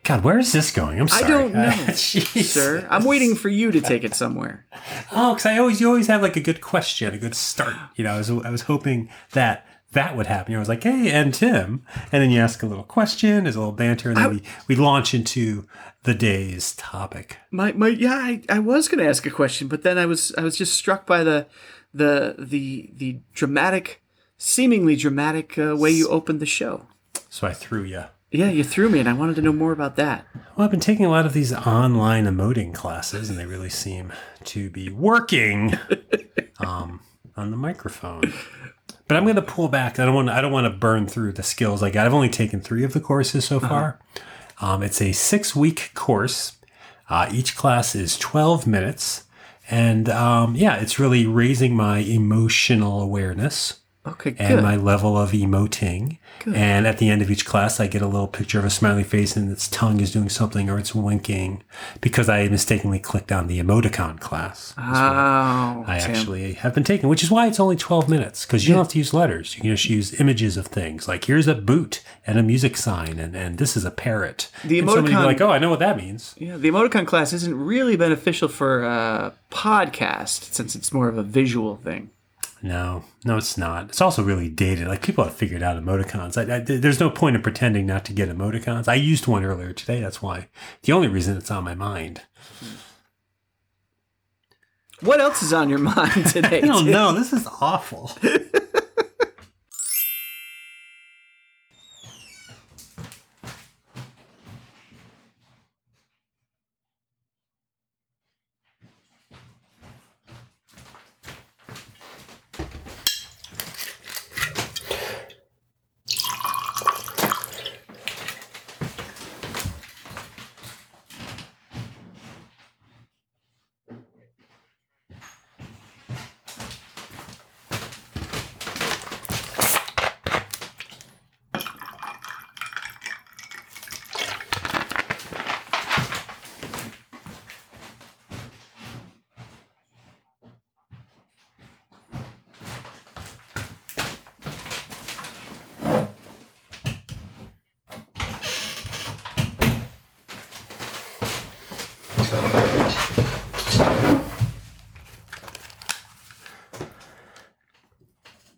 Speaker 1: God, where is this going? I'm sorry. [LAUGHS]
Speaker 2: I don't know,
Speaker 1: Jeez.
Speaker 2: sir. I'm waiting for you to take it somewhere.
Speaker 1: Oh, because I always you always have like a good question, a good start. You know, I was I was hoping that that would happen. I was like, hey, and Tim. And then you ask a little question, there's a little banter, and then we, we launch into the day's topic.
Speaker 2: My my yeah, I, I was gonna ask a question, but then I was I was just struck by the the the the dramatic, seemingly dramatic uh, way you opened the show.
Speaker 1: So I threw you.
Speaker 2: Yeah, you threw me, and I wanted to know more about that.
Speaker 1: Well, I've been taking a lot of these online emoting classes, and they really seem to be working um, on the microphone. But I'm going to pull back. I don't want. I don't want to burn through the skills I got. I've only taken three of the courses so far. Um, it's a six-week course. Uh, each class is 12 minutes, and um, yeah, it's really raising my emotional awareness
Speaker 2: Okay, good.
Speaker 1: and my level of emoting. And at the end of each class, I get a little picture of a smiley face and its tongue is doing something or it's winking because I mistakenly clicked on the emoticon class.
Speaker 2: oh,
Speaker 1: I
Speaker 2: Tim.
Speaker 1: actually have been taking, which is why it's only 12 minutes because you don't have to use letters. You can just use images of things like here's a boot and a music sign and, and this is a parrot.
Speaker 2: The
Speaker 1: and somebody will
Speaker 2: emoticon-
Speaker 1: be like, oh, I know what that means.
Speaker 2: Yeah, the emoticon class isn't really beneficial for uh, podcast since it's more of a visual thing.
Speaker 1: No, no, it's not. It's also really dated. Like people have figured out emoticons. I, I- there's no point in pretending not to get emoticons. I used one earlier today. That's why. The only reason it's on my mind.
Speaker 2: What else is on
Speaker 1: [LAUGHS]
Speaker 2: your [LAUGHS] mind today?
Speaker 1: I don't
Speaker 2: Tim?
Speaker 1: know. This is awful.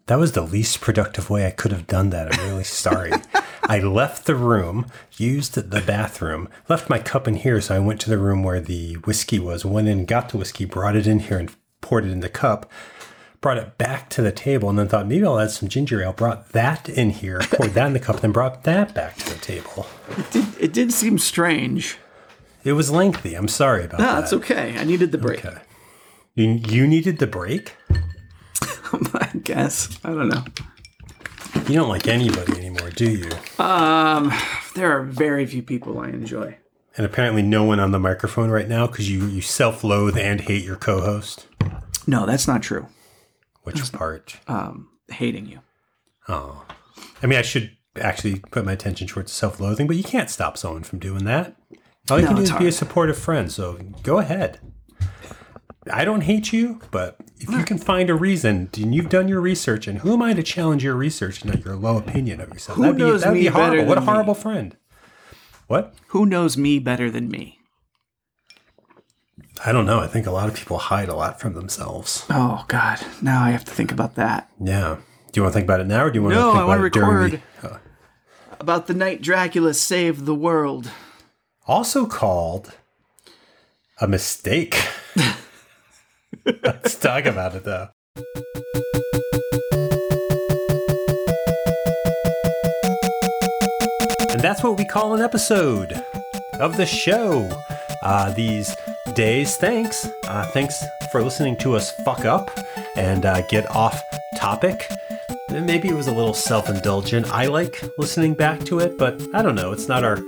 Speaker 1: That was the least productive way I could have done that. I'm really sorry. I left the room, used the bathroom, left my cup in here, so I went to the room where the whiskey was, went in, got the whiskey, brought it in here, and poured it in the cup, brought it back to the table, and then thought maybe I'll add some ginger ale, brought that in here, poured that in the cup, then brought that back to the table.
Speaker 2: It did, it did seem strange.
Speaker 1: It was lengthy. I'm sorry about
Speaker 2: No,
Speaker 1: that.
Speaker 2: it's okay. I needed the break.
Speaker 1: Uh, Okay. You, you needed the break?
Speaker 2: [LAUGHS] I guess I don't know.
Speaker 1: You don't like anybody anymore, do you?
Speaker 2: Um, There are very few people I enjoy.
Speaker 1: And apparently, no one on the microphone right now because you, you self loathe and hate your co host.
Speaker 2: No, that's not true.
Speaker 1: Which part?
Speaker 2: uh, Hating you.
Speaker 1: Oh. I mean, I should actually put my attention towards self loathing, but you can't stop someone from doing that. All you
Speaker 2: No,
Speaker 1: can do
Speaker 2: it's
Speaker 1: is be a
Speaker 2: hard.
Speaker 1: supportive friend, so go ahead. I don't hate you, but if you can find a reason, and you've done your research, and who am I to challenge your research and your low opinion of yourself?
Speaker 2: Who
Speaker 1: that'd be,
Speaker 2: knows
Speaker 1: that'd
Speaker 2: me
Speaker 1: be horrible.
Speaker 2: better
Speaker 1: What a
Speaker 2: than me?
Speaker 1: horrible friend. What?
Speaker 2: Who knows me better than me?
Speaker 1: I don't know. I think a lot of people hide a lot from themselves.
Speaker 2: Oh God! Now I have to think about that.
Speaker 1: Yeah. Do you want to think about it now, or do you want
Speaker 2: No,
Speaker 1: to think
Speaker 2: I want to
Speaker 1: about it during
Speaker 2: record
Speaker 1: the-
Speaker 2: about the night Dracula saved the world.
Speaker 1: also called a mistake. Let's talk about it though. And that's what we call an episode of the show. Uh, these days, thanks. Uh, thanks for listening to us fuck up and uh, get off topic. Maybe it was a little self indulgent. I like listening back to it, but I don't know. It's not our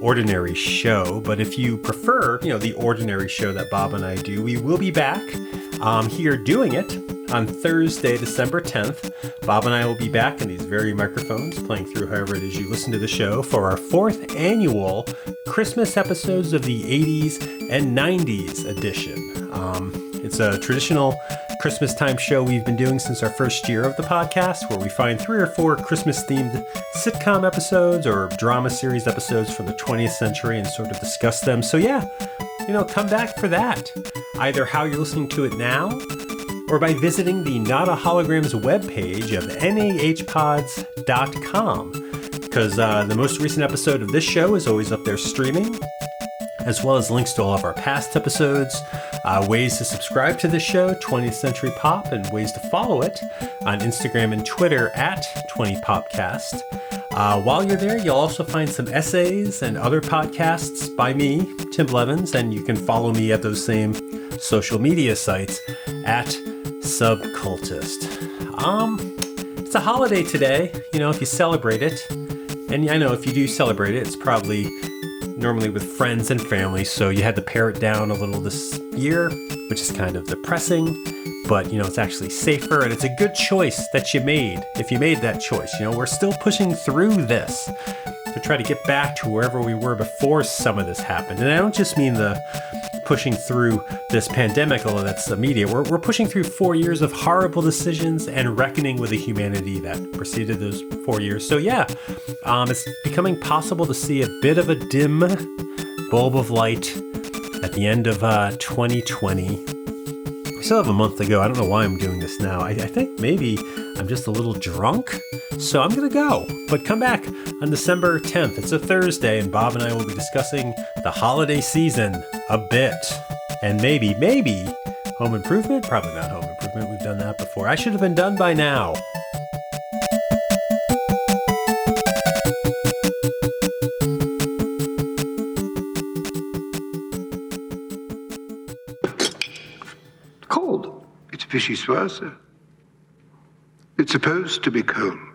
Speaker 1: ordinary show. But if you prefer, you know, the ordinary show that Bob and I do, we will be back um, here doing it on Thursday, December 10th. Bob and I will be back in these very microphones playing through however it is you listen to the show for our fourth annual Christmas episodes of the 80s and 90s edition. Um, it's a traditional Christmas time show we've been doing since our first year of the podcast, where we find three or four Christmas themed sitcom episodes or drama series episodes from the 20th century and sort of discuss them. So, yeah, you know, come back for that. Either how you're listening to it now or by visiting the Not a Holograms webpage of nahpods.com. Because uh, the most recent episode of this show is always up there streaming, as well as links to all of our past episodes, uh, ways to subscribe to the show, 20th Century Pop, and ways to follow it on Instagram and Twitter at 20popcast. Uh, while you're there, you'll also find some essays and other podcasts by me, Tim Blevins, and you can follow me at those same social media sites at Subcultist. Um, it's a holiday today, you know, if you celebrate it. And I know if you do celebrate it, it's probably normally with friends and family, so you had to pare it down a little this year, which is kind of depressing, but you know, it's actually safer and it's a good choice that you made. If you made that choice, you know, we're still pushing through this to try to get back to wherever we were before some of this happened. And I don't just mean the pushing through this pandemic, although that's the media. We're, we're pushing through four years of horrible decisions and reckoning with the humanity that preceded those four years. So, yeah, um, it's becoming possible to see a bit of a dim bulb of light at the end of uh, 2020. We still have a month to go. I don't know why I'm doing this now. I, I think maybe I'm just a little drunk. So I'm going to go. But come back on December 10th. It's a Thursday, and Bob and I will be discussing the holiday season a bit. And maybe, maybe home improvement? Probably not home improvement. We've done that before. I should have been done by now.
Speaker 12: cold.
Speaker 13: It's vice versa. It's supposed to be cold.